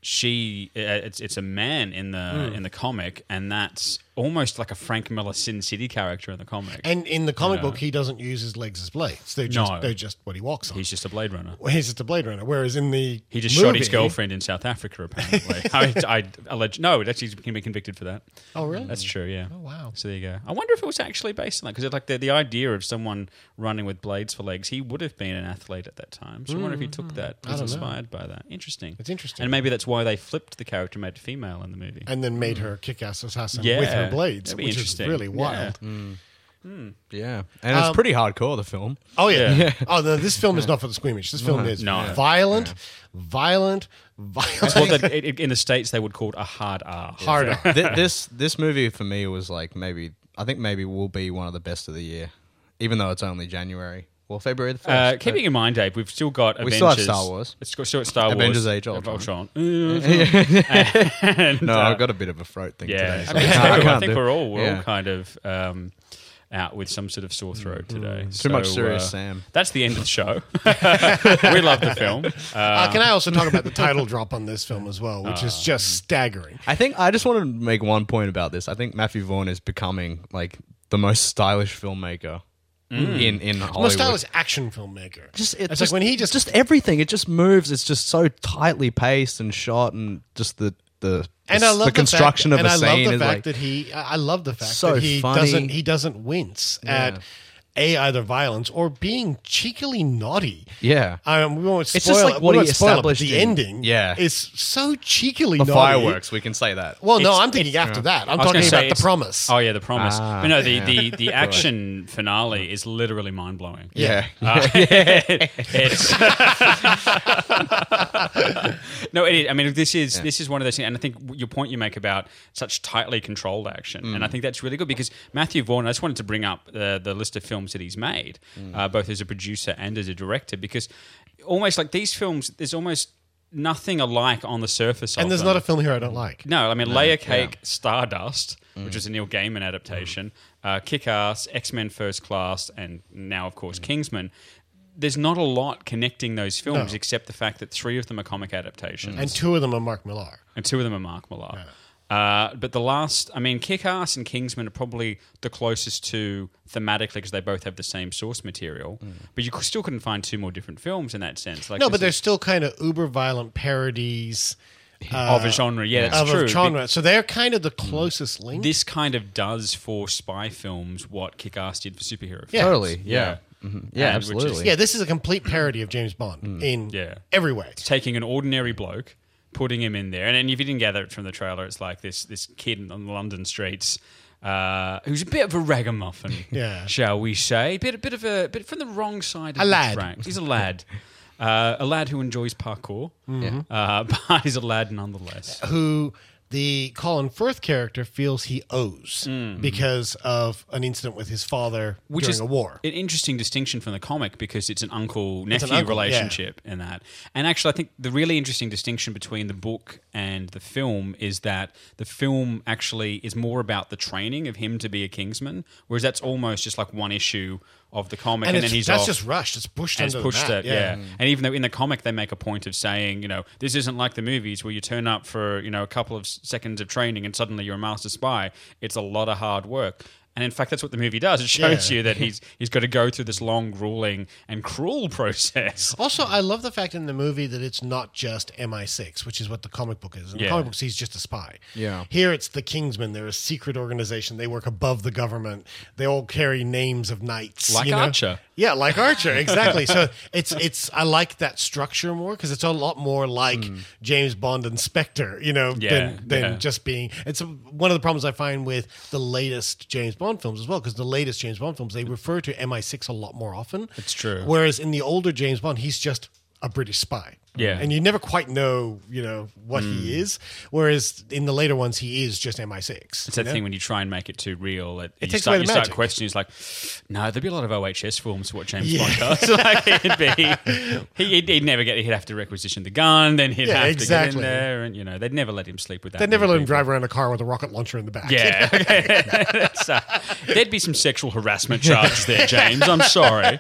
S5: She, uh, it's it's a man in the
S6: Mm.
S5: in the comic, and that's almost like a Frank Miller Sin City character in the comic.
S6: and in the comic
S5: Yeah.
S6: book, he doesn't use his legs as blades; they're just
S5: No.
S6: they're just what he walks on.
S5: he's just a Blade Runner.
S6: Well, he's just a Blade Runner. Whereas in the
S5: He just shot his girlfriend in South Africa, apparently. I, I allege no, it actually can be convicted for that.
S6: Oh, really?
S5: That's true. Yeah.
S6: Oh, wow.
S5: So there you go. I wonder if it was actually based on that because like the, the idea of someone running with blades for legs, he would have been an athlete at that time. So I wonder if he took that.
S6: Mm-hmm.
S5: Was
S6: I don't know.
S5: inspired by that. Interesting.
S6: It's interesting.
S5: And maybe that's why they flipped the character, made it female in the movie.
S6: and then made her kick-ass assassin
S5: Yeah.
S6: with her blades,
S5: That'd be
S6: which is
S5: interesting.
S6: really
S5: Yeah. Mm.
S6: wild.
S7: Yeah, and it's
S6: Um,
S7: pretty hardcore. The film.
S6: Oh yeah.
S7: Yeah.
S6: Oh no, this film is not for the squeamish. This film
S7: No.
S6: is
S5: No.
S6: violent, violent, violent.
S5: That's what the, it, it- in the states they would call it a hard R.
S6: Hard R.
S7: Th- this this movie for me was like maybe I think maybe will be one of the best of the year, even though it's only January. Well, February the first.
S5: Uh, keeping in mind, Dave, we've still got
S7: We
S5: Avengers.
S7: still have Star Wars.
S5: It's got, still got Star
S7: Avengers
S5: Wars.
S7: Age Ultron.
S5: Ultron. And,
S7: No,
S5: uh,
S7: I've got a bit of a throat thing
S5: Yeah,
S7: today, so
S5: I, mean,
S7: I can't- I
S5: I
S7: can't
S5: think
S7: do-
S5: we're all we're all
S7: yeah.
S5: kind of um, out with some sort of sore throat today.
S7: Mm-hmm.
S5: uh,
S7: Too much serious Sam.
S5: That's the end of the show. we love the film.
S6: Uh, can I
S5: Um,
S6: also talk about the title drop on this film as well, which
S5: Uh,
S6: is just staggering.
S7: I think I just want to make one point about this. I think Matthew Vaughn is becoming like the most stylish filmmaker
S6: Mm.
S7: in in Hollywood.
S6: Most stylish action filmmaker. Just
S7: it-
S6: it's like when he just
S7: just everything. It just moves. It's just so tightly paced and shot, and just the the
S6: and
S7: the,
S6: I love
S7: the construction
S6: fact,
S7: of
S6: and
S7: the
S6: I
S7: scene
S6: love the
S7: is
S6: fact
S7: like
S6: that he. I I love the fact
S7: so
S6: that he
S7: funny.
S6: doesn't he doesn't wince at a either violence or being cheekily naughty.
S7: yeah.
S6: Um, we won't spoil
S7: It's just like
S6: it.
S7: what
S6: we
S7: he
S6: won't spoil it, but
S7: established
S6: the
S7: in-
S6: ending.
S7: Yeah.
S6: is so cheekily
S7: The
S6: naughty.
S7: fireworks. We can say that.
S6: Well, no,
S5: It's-
S6: I'm thinking
S5: it's-
S6: after
S5: yeah.
S6: that. I'm
S5: I was
S6: talking
S5: gonna
S6: about
S5: say
S6: the
S5: it's-
S6: promise.
S5: Oh yeah, the promise.
S7: Ah,
S5: but no, the,
S7: yeah.
S5: the, the action finale is literally mind blowing.
S7: Yeah.
S5: no, it is. I mean, this is this is one of those things, and I think your point you make about such tightly controlled action, and I think that's really good because Matthew Vaughn. I just wanted to bring up the the list of films that he's made, uh, both as a producer and as a director, because almost like these films, there's almost nothing alike on the surface.
S6: and
S5: of
S6: there's
S5: them.
S6: not a film here I don't like.
S5: No, I mean
S6: No,
S5: Layer
S6: yeah.
S5: Cake, Stardust, which is a Neil Gaiman adaptation, uh, Kick Ass, X Men First Class, and now of course Kingsman. There's not a lot connecting those films
S6: Mm. No. Mm.
S5: except the fact that three of them are comic adaptations
S6: And two of them are Mark Millar.
S5: and two of them are Mark Millar. Uh, but the last, I mean, Kick Ass and Kingsman are probably the closest to thematically because they both have the same source material. But you c- still couldn't find two more different films in that sense. Like
S6: Mm. no,
S5: this
S6: but
S5: is-
S6: they're still kind of uber violent parodies
S5: Of a genre. Yeah, that's
S6: of
S5: true.
S6: A
S5: Be-
S6: genre. So they're kind of the closest link.
S5: This kind of does for spy films what Kick Ass did for superhero films.
S6: Yeah. Mm-hmm.
S7: Totally, yeah. Mhm.
S5: And
S7: Yeah,
S5: which is-
S7: absolutely.
S6: yeah, this is a complete parody of James Bond in
S5: Mm. Yeah.
S6: every way.
S5: It's taking an ordinary bloke, putting him in there, and, and if you didn't gather it from the trailer, it's like this this kid on the London streets. Uh, who's a bit of a ragamuffin,
S6: Yeah.
S5: shall we say? Bit, a bit of a bit from the wrong side. of
S6: A
S5: the
S6: lad.
S5: track. He's a lad, uh, a lad who enjoys parkour,
S7: Mm-hmm.
S6: Mhm.
S5: uh, but he's a lad nonetheless.
S6: Who the Colin Firth character feels he owes
S5: Mm.
S6: because of an incident with his father during a war.
S5: An interesting distinction from the comic because it's an uncle
S6: It's an
S5: nephew
S6: uncle,
S5: relationship in that. And actually, I think the really interesting distinction between the book and the film is that the film actually is more about the training of him to be a Kingsman, whereas that's almost just like one issue of the comic, and,
S6: And it's-
S5: then he's
S6: that's
S5: off.
S6: just rushed. It's pushed
S5: And it's
S6: under the
S5: pushed that,
S6: mat,
S5: yeah.
S6: yeah. Mm.
S5: And even though in the comic they make a point of saying, you know, this isn't like the movies where you turn up for you know a couple of s- seconds of training and suddenly you're a master spy. It's a lot of hard work. And in fact, that's what the movie does. It shows
S6: Yeah.
S5: you that he's he's got to go through this long, grueling, and cruel process.
S6: Also, I love the fact in the movie that it's not just MI6, which is what the comic book is. In
S5: Yeah.
S6: the comic books, he's just a spy.
S7: Yeah.
S6: Here, it's the Kingsmen. They're a secret organization. They work above the government. They all carry names of knights,
S5: Like
S6: you know?
S5: Archer.
S6: Yeah, like Archer, exactly. so it's it's I like that structure more because it's a lot more like James Bond and Spectre, you know,
S5: Hmm. Yeah,
S6: than than
S5: yeah.
S6: just being. It's one of the problems I find with the latest James Bond films as well because the latest James Bond films they refer to MI6 a lot more often.
S5: It's true.
S6: Whereas in the older James Bond, he's just a British spy.
S5: Yeah. Hmm.
S6: and you never quite know, you know, what he is. Whereas in the later ones, he is just MI6.
S5: It's that thing when you try and make it too real. It, you
S6: takes
S5: start,
S6: away the
S5: you start
S6: magic.
S5: questioning. It's like, no, there'd be a lot of OHS films to what James
S6: Yeah.
S5: Bond does. like it'd be, he, he'd, he'd never get. He'd have to requisition the gun, then he'd
S6: Yeah,
S5: have to
S6: exactly.
S5: get in there, and you know, they'd never let him sleep with that.
S6: They never
S5: many
S6: let him
S5: people.
S6: drive around a car with a rocket launcher in the back.
S5: Yeah, That's, uh, there'd be some sexual harassment charges there, James. I'm sorry,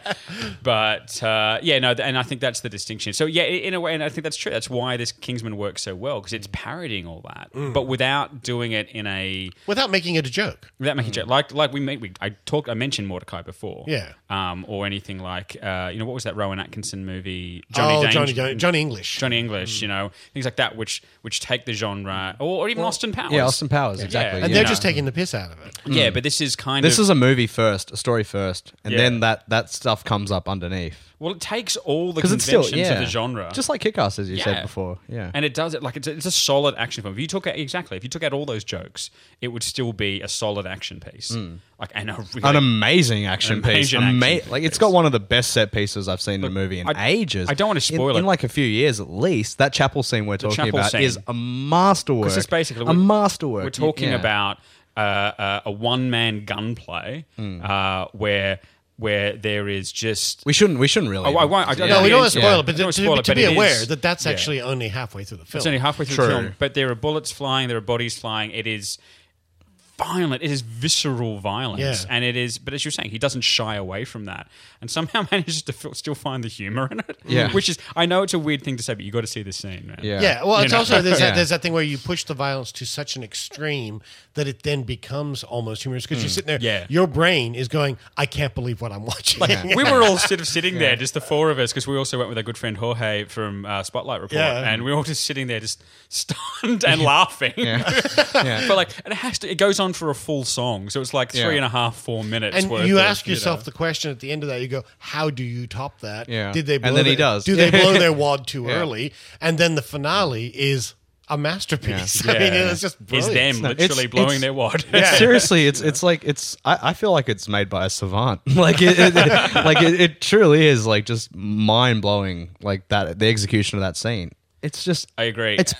S5: but uh, yeah, no, and I think that's the distinction. So yeah, in a way, and I think that's true. That's why this Kingsman works so well because it's parodying all that,
S6: Mm.
S5: but without doing it in a
S6: Without making it a joke.
S5: without making a joke. Like like we make we, I talked I mentioned Mordecai before,
S6: Mm. Yeah.
S5: um, or anything like uh, you know what was that Rowan Atkinson movie Johnny
S6: Oh,
S5: Dang-
S6: Johnny Dang- Johnny English. Mm.
S5: Johnny English, you know things like that, which which take the genre or, or even Austin Powers,
S7: yeah, Austin Powers, exactly,
S6: And
S7: yeah.
S6: they're
S7: No.
S6: just taking the piss out of it.
S5: yeah, but this is kind
S7: This
S5: of
S7: is a movie first, a story first, and
S5: Yeah.
S7: then that that stuff comes up underneath.
S5: Well, it takes all the
S7: 'Cause it's still-
S5: conventions of
S7: yeah.
S5: the genre,
S7: Just like Kick-Ass, as you said before, yeah.
S5: and it does it like it's a, it's a solid action film. If you took out, exactly, if you took out all those jokes, it would still be a solid action piece,
S7: Mm.
S5: like and a really,
S7: An amazing action
S5: an
S7: piece.
S5: amazing action
S7: Ama-
S5: piece.
S7: like it's got one of the best set pieces I've seen in a movie in
S5: I-
S7: ages.
S5: I don't wanna
S7: In-
S5: spoil
S7: in,
S5: it.
S7: like a few years at least. That chapel scene we're
S5: The
S7: talking
S5: chapel
S7: about
S5: scene.
S7: is a masterwork.
S5: Because it's basically
S7: a
S5: we-
S7: masterwork.
S5: We're
S7: Y-
S5: talking
S7: yeah.
S5: about uh, uh, a one man gunplay
S7: Mm.
S5: uh, where where there is just
S7: We shouldn't. We shouldn't really.
S5: Oh, I won't. I don't-
S6: No, we don't want to
S5: yeah.
S6: spoil it, but
S5: I don't
S6: to,
S5: wanna spoil
S6: to,
S5: it, but
S6: be
S5: it
S6: aware
S5: is-
S6: that that's
S5: yeah.
S6: actually only halfway through the film.
S5: It's only halfway through the
S7: True.
S5: film, but there are bullets flying, there are bodies flying. It is violent. It is visceral violence,
S6: Yeah.
S5: and it is. But as you're saying, he doesn't shy away from that, and somehow manages to f- still find the humor in it.
S7: Yeah.
S5: which is I know it's a weird thing to say, but you got to see this scene, man.
S7: Yeah.
S6: Yeah. well,
S5: You
S6: it's
S5: know?
S6: also there's, that, there's that thing where you push the violence to such an extreme that it then becomes almost humorous because you're
S5: Mm.
S6: sitting there.
S5: Yeah.
S6: Your brain is going, I can't believe what I'm watching.
S5: Like, We were all sort of sitting there, just the four of us, because we also went with our good friend Jorge from uh, Spotlight Report,
S6: Yeah.
S5: and we were all just sitting there, just stunned and laughing.
S6: Yeah.
S5: but like, and it has to. It goes on for a full song, so it's like
S6: Yeah.
S5: three and a half, four minutes.
S6: and
S5: worth
S6: you
S5: of,
S6: ask
S5: you know.
S6: yourself the question at the end of that. You go, "How do you top that?
S7: Yeah.
S6: Did they
S7: And
S6: blow
S7: then he
S6: their-
S7: does.
S6: Do they
S7: Yeah.
S6: blow their wad too
S7: Yeah.
S6: early? And then the finale is a masterpiece.
S5: Yeah.
S6: I mean,
S5: Yeah.
S6: it's just
S5: Is
S6: brilliant.
S5: them No, literally blowing their wad. Yeah.
S7: seriously, it's it's like it's. I, I feel like it's made by a savant. like it, it, it- like it, it truly is like just mind blowing. Like that, the execution of that scene. It's just.
S5: I agree.
S7: It's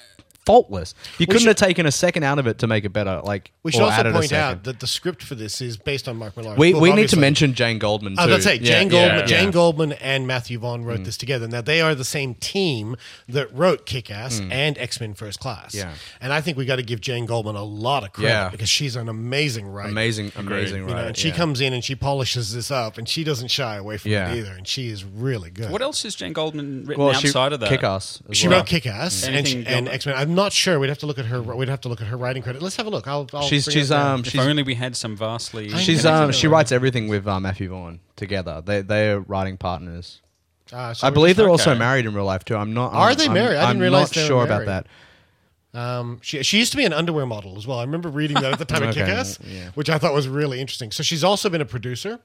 S7: faultless. You
S6: We
S7: couldn't
S6: should-
S7: have taken a second out of it to make it better. Like
S6: We should
S7: or
S6: also
S7: added a
S6: point
S7: second.
S6: out that the script for this is based on Mark Millar's
S7: We,
S6: book,
S7: we need to
S6: obviously.
S7: mention Jane Goldman. Too.
S6: I was gonna say Jane
S7: Yeah, Hmm.
S6: Goldman.
S7: yeah.
S6: Jane Goldman and Matthew Vaughn wrote this together. Now they are the same team that wrote Kick Ass
S7: Mm.
S6: and X Men First Class.
S7: Yeah.
S6: and I think we got to give Jane Goldman a lot of credit
S7: Yeah.
S6: because she's an amazing writer.
S7: Amazing, amazing
S6: You know,
S7: writer,
S6: and she
S7: yeah.
S6: comes in and she polishes this up, and she doesn't shy away from
S7: Yeah.
S6: it either. And she is really good.
S5: What else has Jane Goldman written
S7: Well, she-
S5: outside of that?
S7: Kick-Ass as
S6: She
S7: well.
S6: wrote Kick Ass and,
S5: Anything
S6: she- and
S5: Gilman?
S6: X Men. I'm not sure. We'd have to look at her. We'd have to look at her writing credit. Let's have a look. I'll. I'll
S7: She's-
S6: bring
S7: she's,
S6: it down.
S7: um,
S5: If
S7: she's-
S5: only we had some vastly.
S7: She's um she writes everything with uh, Matthew Vaughn together. They they are writing partners.
S6: Ah, so
S7: I
S6: we're
S7: believe
S6: just-
S7: they're also
S6: okay.
S7: married in real life too. I'm not.
S6: Are
S7: I'm-
S6: they
S7: I'm-
S6: married? I didn't
S7: I'm
S6: realize
S7: not
S6: they were
S7: sure about
S6: married.
S7: that.
S6: Um, she she used to be an underwear model as well. I remember reading that at the time of
S7: Okay,
S6: Kick-Ass,
S7: yeah.
S6: which I thought was really interesting. So she's also been a producer,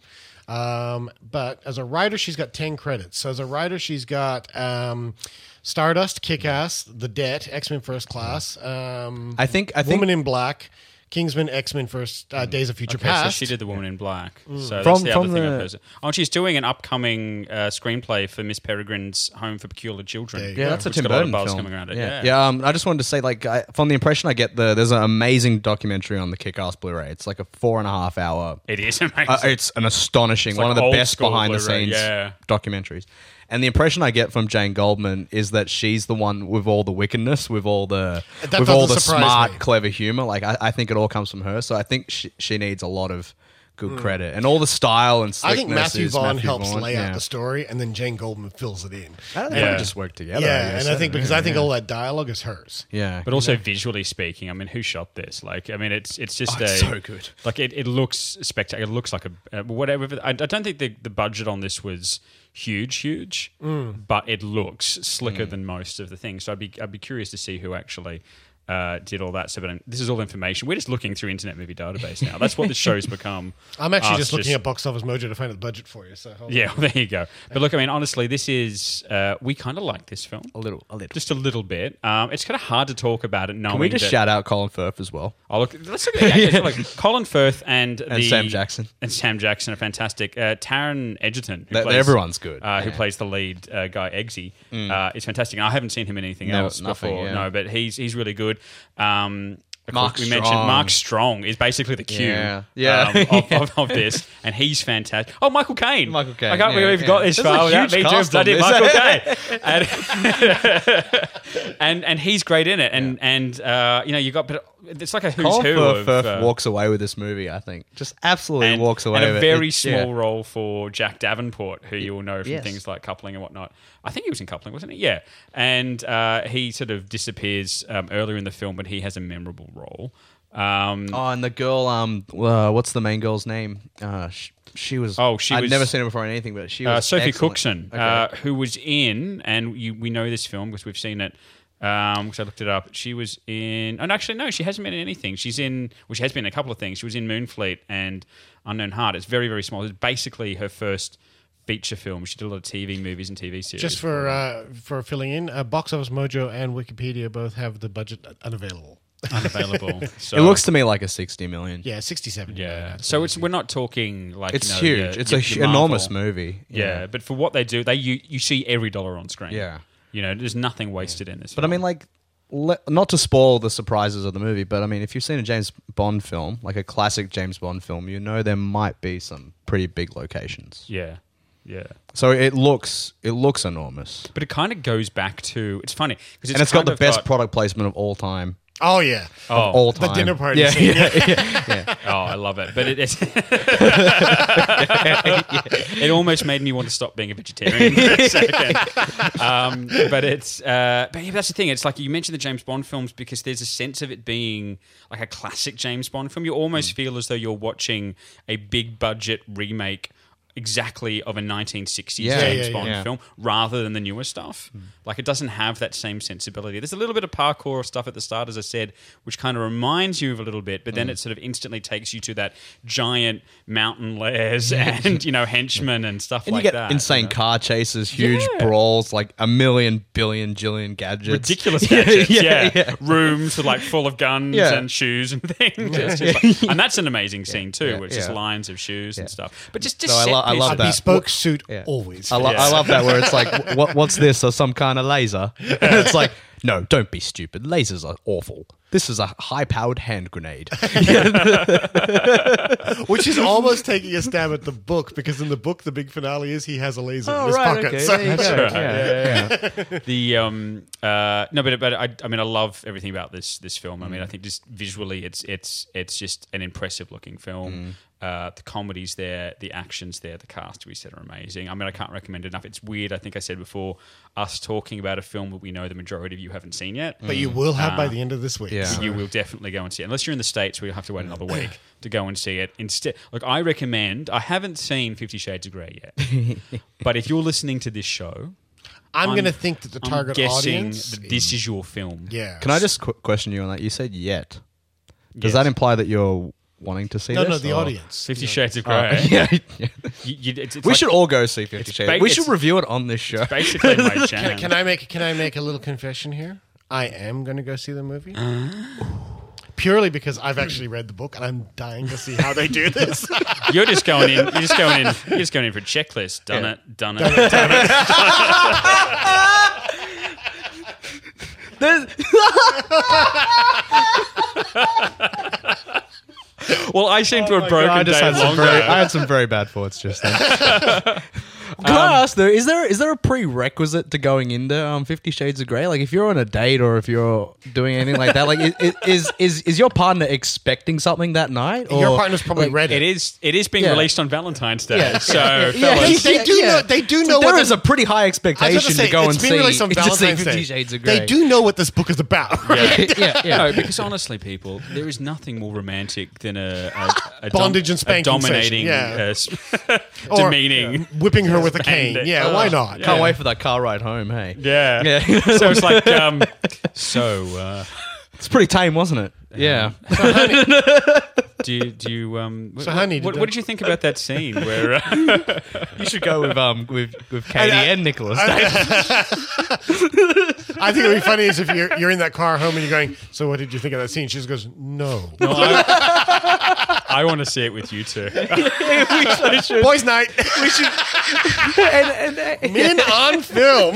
S6: um, but as a writer, she's got ten credits. So as a writer, she's got um, Stardust, Kick-Ass, The Debt, X Men First Class. Um,
S7: I think- I think- Mm.
S6: Woman in Black, Kingsman, X Men First uh, Days of Future
S5: Okay,
S6: Past.
S5: So she did the Woman in Black.
S6: Mm.
S5: So that's
S6: From-
S5: the
S6: from
S5: other thing
S6: the-
S5: I've heard. Oh, she's doing an upcoming uh, screenplay for Miss Peregrine's Home for Peculiar Children.
S7: Yeah, that's a
S5: which
S7: Tim
S5: got a lot of
S7: Burton
S5: buzz
S7: film.
S5: coming around it.
S7: yeah,
S5: Yeah.
S7: Yeah, um, I just wanted to say, like, I, from the impression I get, the there's an amazing documentary on the Kick-Ass Blu-ray. It's like a four and a half hour.
S5: It is amazing.
S7: Uh, it's an astonishing
S5: It's
S7: one
S5: like
S7: of
S5: old
S7: the best
S5: school
S7: behind the
S5: Blu-ray,
S7: scenes
S5: yeah.
S7: documentaries. And the impression I get from Jane Goldman is that she's the one with all the wickedness, with all the
S6: That
S7: with all
S6: doesn't
S7: the
S6: surprise
S7: smart,
S6: me.
S7: clever humor. Like I, I think it all comes from her. So I think she, she needs a lot of good
S6: Mm.
S7: credit and all the style and
S6: I
S7: slickness.
S6: think Matthew
S7: is
S6: Vaughn
S7: Matthew
S6: helps
S7: Vaughn,
S6: lay
S7: yeah.
S6: out the story, and then Jane Goldman fills it in.
S7: I don't
S5: think
S6: And-
S5: they
S7: just work together, I
S6: Yeah,
S7: guess,
S6: and I think
S7: don't
S6: because
S7: they?
S6: I think
S7: Yeah.
S6: all that dialogue is hers.
S7: Yeah.
S5: But also visually speaking, I mean, who shot this? Like, I mean, it's it's just
S7: Oh,
S5: a
S7: it's so good.
S5: Like, it, it looks spectacular. It looks like a uh, whatever. I, I don't think the the budget on this was huge, huge,
S6: Mm.
S5: but it looks slicker than most of the things. So I'd be I'd be curious to see who actually. uh, did all that. So, but um, this is all information. We're just looking through Internet Movie Database now. That's what the show's become.
S6: I'm actually
S5: Us
S6: just looking at Box Office Mojo to find out the budget for you. So hold
S5: yeah,
S6: on.
S5: well, there you go. But look, I mean, honestly, this is uh, we kind of like this film a
S7: little, a little,
S5: just a little bit. Um, it's kind of hard to talk about it knowing.
S7: Can we just
S5: that-
S7: shout out Colin Firth as well?
S5: Oh, look, let's look at the actors. Like, Colin Firth and,
S7: And
S5: the-
S7: Sam Jackson.
S5: and Sam Jackson are fantastic. Uh, Taron Egerton,
S7: That- everyone's good.
S5: uh, who
S7: Yeah.
S5: plays the lead uh, guy Eggsy,
S7: Mm.
S5: uh, is fantastic. I haven't seen him in anything
S7: No,
S5: else
S7: nothing,
S5: before,
S7: yeah.
S5: no, but he's he's really good. Um, of
S7: Mark
S5: course, we
S7: Strong.
S5: mentioned Mark Strong is basically the Q
S7: Yeah. Yeah.
S5: um, of, of, of this, and he's fantastic. Oh, Michael Caine! Michael
S7: Caine,
S5: I can't believe
S7: yeah,
S5: we've
S7: yeah.
S5: got this
S7: There's a
S5: far without
S7: huge
S5: me doing
S7: cast on
S5: bloody
S7: this.
S5: Michael Caine. And, and and he's great in it, and and uh, you know you got, but it's like a who's
S7: Colin
S5: who
S7: Firth,
S5: of,
S7: Firth
S5: uh,
S7: walks away with this movie. I think just absolutely
S5: and,
S7: walks away.
S5: and
S7: with
S5: a
S7: it.
S5: very
S7: It's- yeah.
S5: small role for Jack Davenport, who you will know from
S7: yes.
S5: things like Coupling and whatnot. I think he was in Coupling, wasn't he? Yeah, and uh, he sort of disappears um, earlier in the film, but he has a memorable role. Um,
S7: Oh, and the girl, um, uh, what's the main girl's name? Uh, she, she was.
S5: Oh, she
S7: I'd
S5: was-
S7: never seen her before in anything, but she was
S5: uh, Sophie
S7: excellent.
S5: Cookson,
S7: Okay.
S5: uh, who was in, and you, we know this film because we've seen it. Um, because I looked it up. She was in, and actually no, she hasn't been in anything. She's in, well, she has been in a couple of things. She was in Moonfleet and Unknown Heart. It's very, very small. It's basically her first feature film. She did a lot of TV movies and TV series.
S6: Just for uh, for filling in, uh, Box Office Mojo and Wikipedia both have the budget unavailable.
S5: unavailable. So.
S7: It looks to me like a sixty million.
S6: yeah, sixty-seven.
S5: Yeah. So it's we're not talking like
S7: It's
S5: you know,
S7: huge.
S5: your-
S7: It's
S5: your-
S7: a hu-
S5: your Marvel.
S7: enormous movie.
S5: Yeah.
S7: Yeah.
S5: but for what they do, they you, you see every dollar on screen.
S7: Yeah.
S5: you know, there's nothing wasted in this.
S7: But I mean, like, le- not to spoil the surprises of the movie, but I mean, if you've seen a James Bond film, like a classic James Bond film, you know there might be some pretty big locations.
S5: yeah, yeah.
S7: So it looks it looks enormous,
S5: But it kind of goes back to it's funny because it's
S7: and it's got
S5: kind
S7: the
S5: of
S7: best product placement of all time.
S6: Oh yeah.
S7: Of all time.
S6: The dinner party.
S7: Yeah,
S6: scene.
S7: yeah, yeah, yeah.
S5: Oh, I love it. But it is. it almost made me want to stop being a vegetarian for a second. Um, but it's. Uh, but yeah, that's the thing. It's like you mentioned the James Bond films because there's a sense of it being like a classic James Bond film. You almost feel as though you're watching a big budget remake. Exactly of a 1960s
S7: Yeah,
S5: James
S7: yeah,
S5: Bond
S7: yeah.
S5: film, rather than the newer stuff.
S7: Hmm.
S5: Like it doesn't have that same sensibility. There's a little bit of parkour stuff at the start, as I said, which kind of reminds you of a little bit, but then
S7: Mm.
S5: it sort of instantly takes you to that giant mountain lairs and you know henchmen and stuff
S7: And
S5: like
S7: you get
S5: that.
S7: insane car chases, huge brawls, like a million billion jillion gadgets,
S5: Ridiculous gadgets, yeah, Rooms with, like full of guns
S7: Yeah.
S5: and shoes and things.
S7: Yeah.
S5: It's just like- and that's an amazing scene too,
S7: yeah,
S5: where it's just
S7: yeah.
S5: lines of shoes and stuff. But just, just
S7: No, I
S5: set
S7: lo- I
S5: piece-
S7: love
S6: A
S7: that.
S6: bespoke
S7: Wha-
S6: suit
S7: Yeah.
S6: always.
S7: I, lo- I
S6: fits.
S7: love that where it's like, what, what's this? Or some kind of laser? it's like, no, don't be stupid. Lasers are awful. This is a high-powered hand grenade.
S6: Which is almost taking a stab at the book because in the book the big finale is he has a laser
S7: Oh,
S6: in his
S7: right,
S6: pocket.
S7: okay,
S6: So-
S7: there you That's go. right. Yeah, yeah,
S5: the um uh no but but I, I mean I love everything about this this film. I
S6: Mm.
S5: mean I think just visually it's it's it's just an impressive looking film.
S6: Mm.
S5: Uh, the comedy's there, the action's there, the cast we said are amazing. I mean I can't recommend it enough. It's weird. I think I said before us talking about a film that we know the majority of you haven't seen yet,
S6: But you will have by the end of this week. Yeah.
S5: You will definitely go and see it unless you're in the states where you'll have
S6: Mm.
S5: to wait another week to go and see it. Instead, look, I recommend. I haven't seen Fifty Shades of Grey yet, but if you're listening to this show.
S6: I'm gonna think that the
S5: I'm
S6: target
S5: guessing
S6: audience-
S5: that this is your film.
S6: Yeah.
S7: Can I just qu- question you on that? You said yet. Does
S5: Yes.
S7: that imply that you're wanting to see
S6: No,
S7: this?
S6: no, the
S7: or-
S6: audience.
S5: Fifty Shades of
S7: Oh,
S5: Grey.
S7: yeah, yeah.
S5: You- you- it's- it's
S7: we
S5: like-
S7: should all go see Fifty
S5: it's
S7: Shades.
S5: ba-
S7: we
S5: it's-
S7: should review it on this show.
S5: basically my jam.
S6: Can, can I make can I make a little confession here? I am going to go see the movie.
S7: Uh-huh.
S6: Purely because I've actually read the book and I'm dying to see how they do this.
S5: You're just going in. You're just going in. You're just going in for a checklist. Done
S6: Yeah.
S5: it. Done it.
S6: Done it, done it.
S5: well, I seem to have broken
S7: Oh I just
S5: down
S7: had some
S5: longer.
S7: very, I had some very bad thoughts just then. Can I ask though? Is there is there a prerequisite to going into um, Fifty Shades of Grey? Like, if you're on a date or if you're doing anything like that, like, i- i- is is is your partner expecting something that night? Or,
S6: Your partner's probably
S7: like,
S6: read it.
S5: It is. It is being
S7: Yeah.
S5: released on Valentine's Day.
S7: Yeah.
S5: So,
S7: Yeah.
S5: fellas,
S7: Yeah.
S6: They, they do
S7: Yeah.
S6: know. They do
S7: So
S6: know.
S7: there
S6: what
S7: is a pretty high
S6: I was
S7: expectation
S6: gonna say,
S7: to go
S6: it's
S7: and
S6: been
S7: see,
S6: released on
S7: to see
S6: Valentine's
S7: Fifty
S6: Day.
S7: Shades of Grey.
S6: They do know what this book is about. Right?
S7: yeah, yeah.
S5: No, because honestly, people, there is nothing more romantic than a, a, a dom-
S6: Bondage and
S5: a
S6: spanking session,
S5: dominating,
S6: yeah.
S5: uh, s-
S6: Or,
S5: demeaning.
S6: Whipping her with a cane.
S5: Bandit.
S6: Yeah,
S5: Ugh.
S6: why not?
S7: Can't
S5: Yeah.
S7: wait for that car ride home. Hey,
S5: Yeah.
S7: yeah.
S5: so it's like, um, so uh,
S7: It's pretty tame, wasn't it? Yeah.
S5: do you, do you um?
S6: So,
S5: what,
S6: honey,
S5: what,
S6: did
S5: what did you think about that scene where? Uh,
S7: you should go with um with with Katie
S6: I-
S7: and, Nicholas.
S6: I think it'd be funny is if you're you're in that car home and you're going. So what did you think of that scene? She just goes, no.
S5: No, I, I want to see it with you two.
S6: Boys' night.
S7: We should. and, and,
S6: Men on film.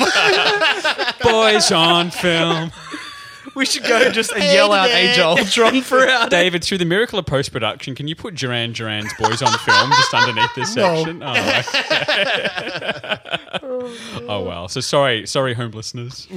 S5: Boys on film.
S7: we should go just and yell out Age of Ultron for our
S5: David, through the miracle of post production, can you put Duran Duran's Boys on Film just underneath this
S6: No.
S5: section? Oh, okay. oh well. So sorry, sorry, home listeners.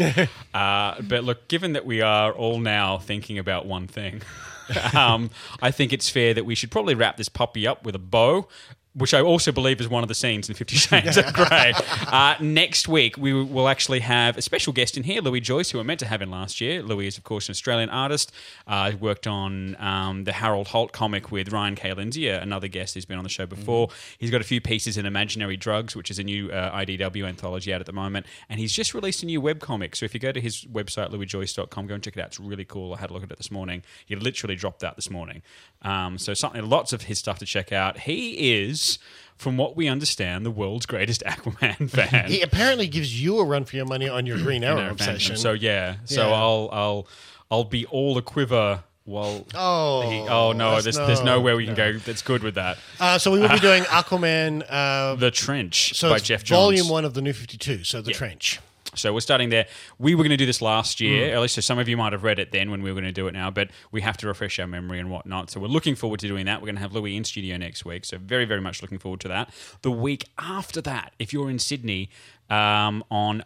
S5: Uh, but look, given that we are all now thinking about one thing, um, I think it's fair that we should probably wrap this puppy up with a bow. Which I also believe is one of the scenes in Fifty Shades of Grey. Uh, next week, we will actually have a special guest in here, Louis Joyce, who I meant to have in last year. Louis is, of course, an Australian artist. Uh, he worked on um, the Harold Holt comic with Ryan K. Lindsay, uh, another guest who's been on the show before.
S6: Mm-hmm.
S5: He's got a few pieces in Imaginary Drugs, which is a new uh, IDW anthology out at the moment. And he's just released a new webcomic. So if you go to his website, louisjoyce.com, go and check it out. It's really cool. I had a look at it this morning. He literally dropped that this morning. Um, so something, lots of his stuff to check out. He is. From what we understand, the world's greatest Aquaman fan.
S6: He apparently gives you a run for your money on your Green Arrow
S5: Arrow fandom.
S6: obsession.
S5: So yeah, so
S6: Yeah.
S5: I'll I'll I'll be all a quiver. While
S6: Oh,
S5: he- oh no, there's
S6: that's
S5: there's
S6: no-
S5: nowhere we can go that's good with that.
S6: Uh, so we will be
S5: Uh,
S6: doing Aquaman. Uh,
S5: the Trench
S6: so
S5: by
S6: it's
S5: Jeff Johns.
S6: Volume one of the New Fifty Two. So the
S5: Yeah.
S6: trench.
S5: So we're starting there. We were going to do this last year,
S6: Mm.
S5: at least. So some of you might have read it then when we were going to do it now, but we have to refresh our memory and whatnot. So we're looking forward to doing that. We're going to have Louis in studio next week. So very, very much looking forward to that. The week after that, if you're in Sydney um, on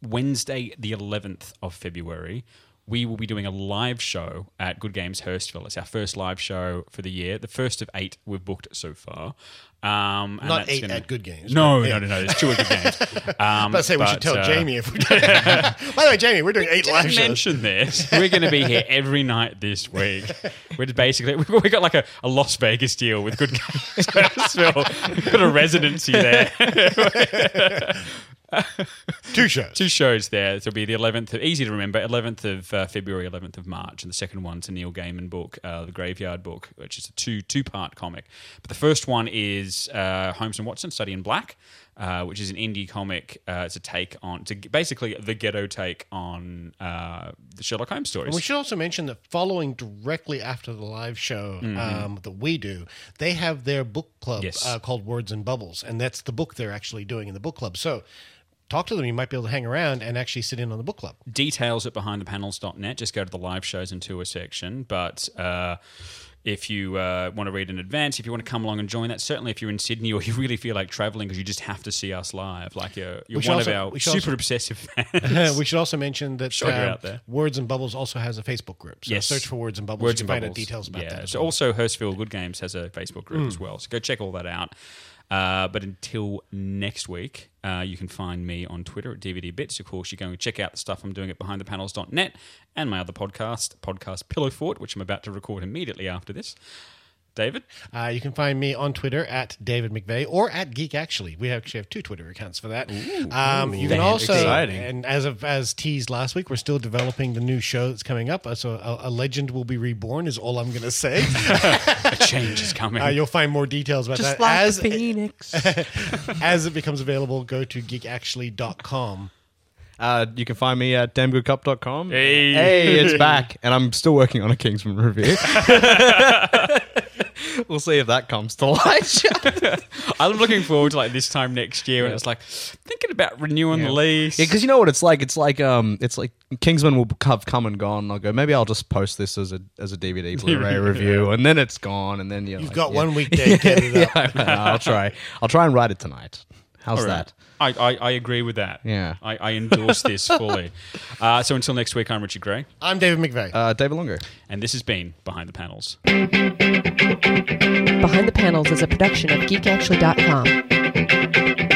S5: Wednesday, the 11th of February, we will be doing a live show at Good Games Hurstville. It's our first live show for the year, the first of eight we've booked so far. Um, and
S6: Not
S5: that's
S6: eight
S5: gonna-
S6: at Good Games,
S5: No,
S6: but-
S5: no, no, no. There's two at Good Games. Um,
S6: But say we should tell
S5: uh,
S6: Jamie if we. By the way, Jamie, we're doing eight live
S5: didn't
S6: shows.
S5: mention this. We're going to be here every night this week. We're just basically we we got like a, a Las Vegas deal with good games. so we've got a residency there.
S6: Two shows.
S5: Two shows there. It'll be the 11th, of, easy to remember, 11th of uh, February, 11th of March, and the second one's a Neil Gaiman book, uh, The Graveyard Book, which is a two two part comic. But the first one is uh, Holmes and Watson, Study in Black, uh, which is an indie comic. Uh, it's a take on, it's a, basically the ghetto take on uh, the Sherlock Holmes stories.
S6: And we should also mention that following directly after the live show
S5: Mhm.
S6: um, that we do, they have their book club
S5: Yes.
S6: uh, called Words and Bubbles, and that's the book they're actually doing in the book club. So talk to them; you might be able to hang around and actually sit in on the book club.
S5: details at behindthepanels.net. Just go to the live shows and tour section. But uh, if you uh, want to read in advance, if you want to come along and join that, certainly if you're in Sydney or you really feel like traveling because you just have to see us live, like you're, you're
S6: We should
S5: one
S6: also-
S5: of our
S6: we should
S5: super
S6: also-
S5: obsessive fans.
S6: we should also mention that
S5: Sure, you're
S6: uh,
S5: out there.
S6: Words and Bubbles also has a Facebook group. So search for Words and Bubbles. you can find out
S5: Bubbles.
S6: details about
S5: yeah.
S6: that. as
S5: So
S6: well.
S5: also Hurstville Good Games has a Facebook group
S6: Mm.
S5: as well. So go check all that out. Uh, but until next week, uh, you can find me on Twitter at DVD Bits. Of course, you can check out the stuff I'm doing at BehindThePanels.net and my other podcast, podcast Pillow Fort, which I'm about to record immediately after this. David,
S6: Uh, you can find me on Twitter at David McVeigh or at Geek Actually. We actually have two Twitter accounts for that. um, you can
S7: Damn,
S6: also,
S7: exciting.
S6: and as of as teased last week, we're still developing the new show that's coming up. Uh, So a, a legend will be reborn is all I'm going to say.
S5: a change is coming.
S6: Uh, you'll find more details about that
S7: Just like
S6: as
S7: the phoenix.
S6: as it becomes available. Go to geekactually.com.
S7: Uh, you can find me at damngoodcup.com.
S5: Hey.
S7: hey, it's back, and I'm still working on a Kingsman review. we'll see if that comes to light.
S5: I'm looking forward to like this time next year, and it's like thinking about renewing the lease.
S7: Yeah, because you know what it's like. It's like um, it's like Kingsman will have come and gone. And I'll go. Maybe I'll just post this as a as a DVD Blu-ray review, and then it's gone. And then you're
S6: You've
S7: like,
S6: got
S7: yeah.
S6: one week to get it
S7: yeah,
S6: up.
S7: I know, I'll try. I'll try and write it tonight. How's
S5: All right.
S7: that?
S5: I, I, I agree with that.
S7: Yeah.
S5: I, I endorse this fully. Uh, so until next week, I'm Richard Gray,
S6: I'm David McVeigh.
S7: Uh, David Longo.
S5: and this has been Behind the Panels.
S20: Behind the Panels is a production of GeekActually.com.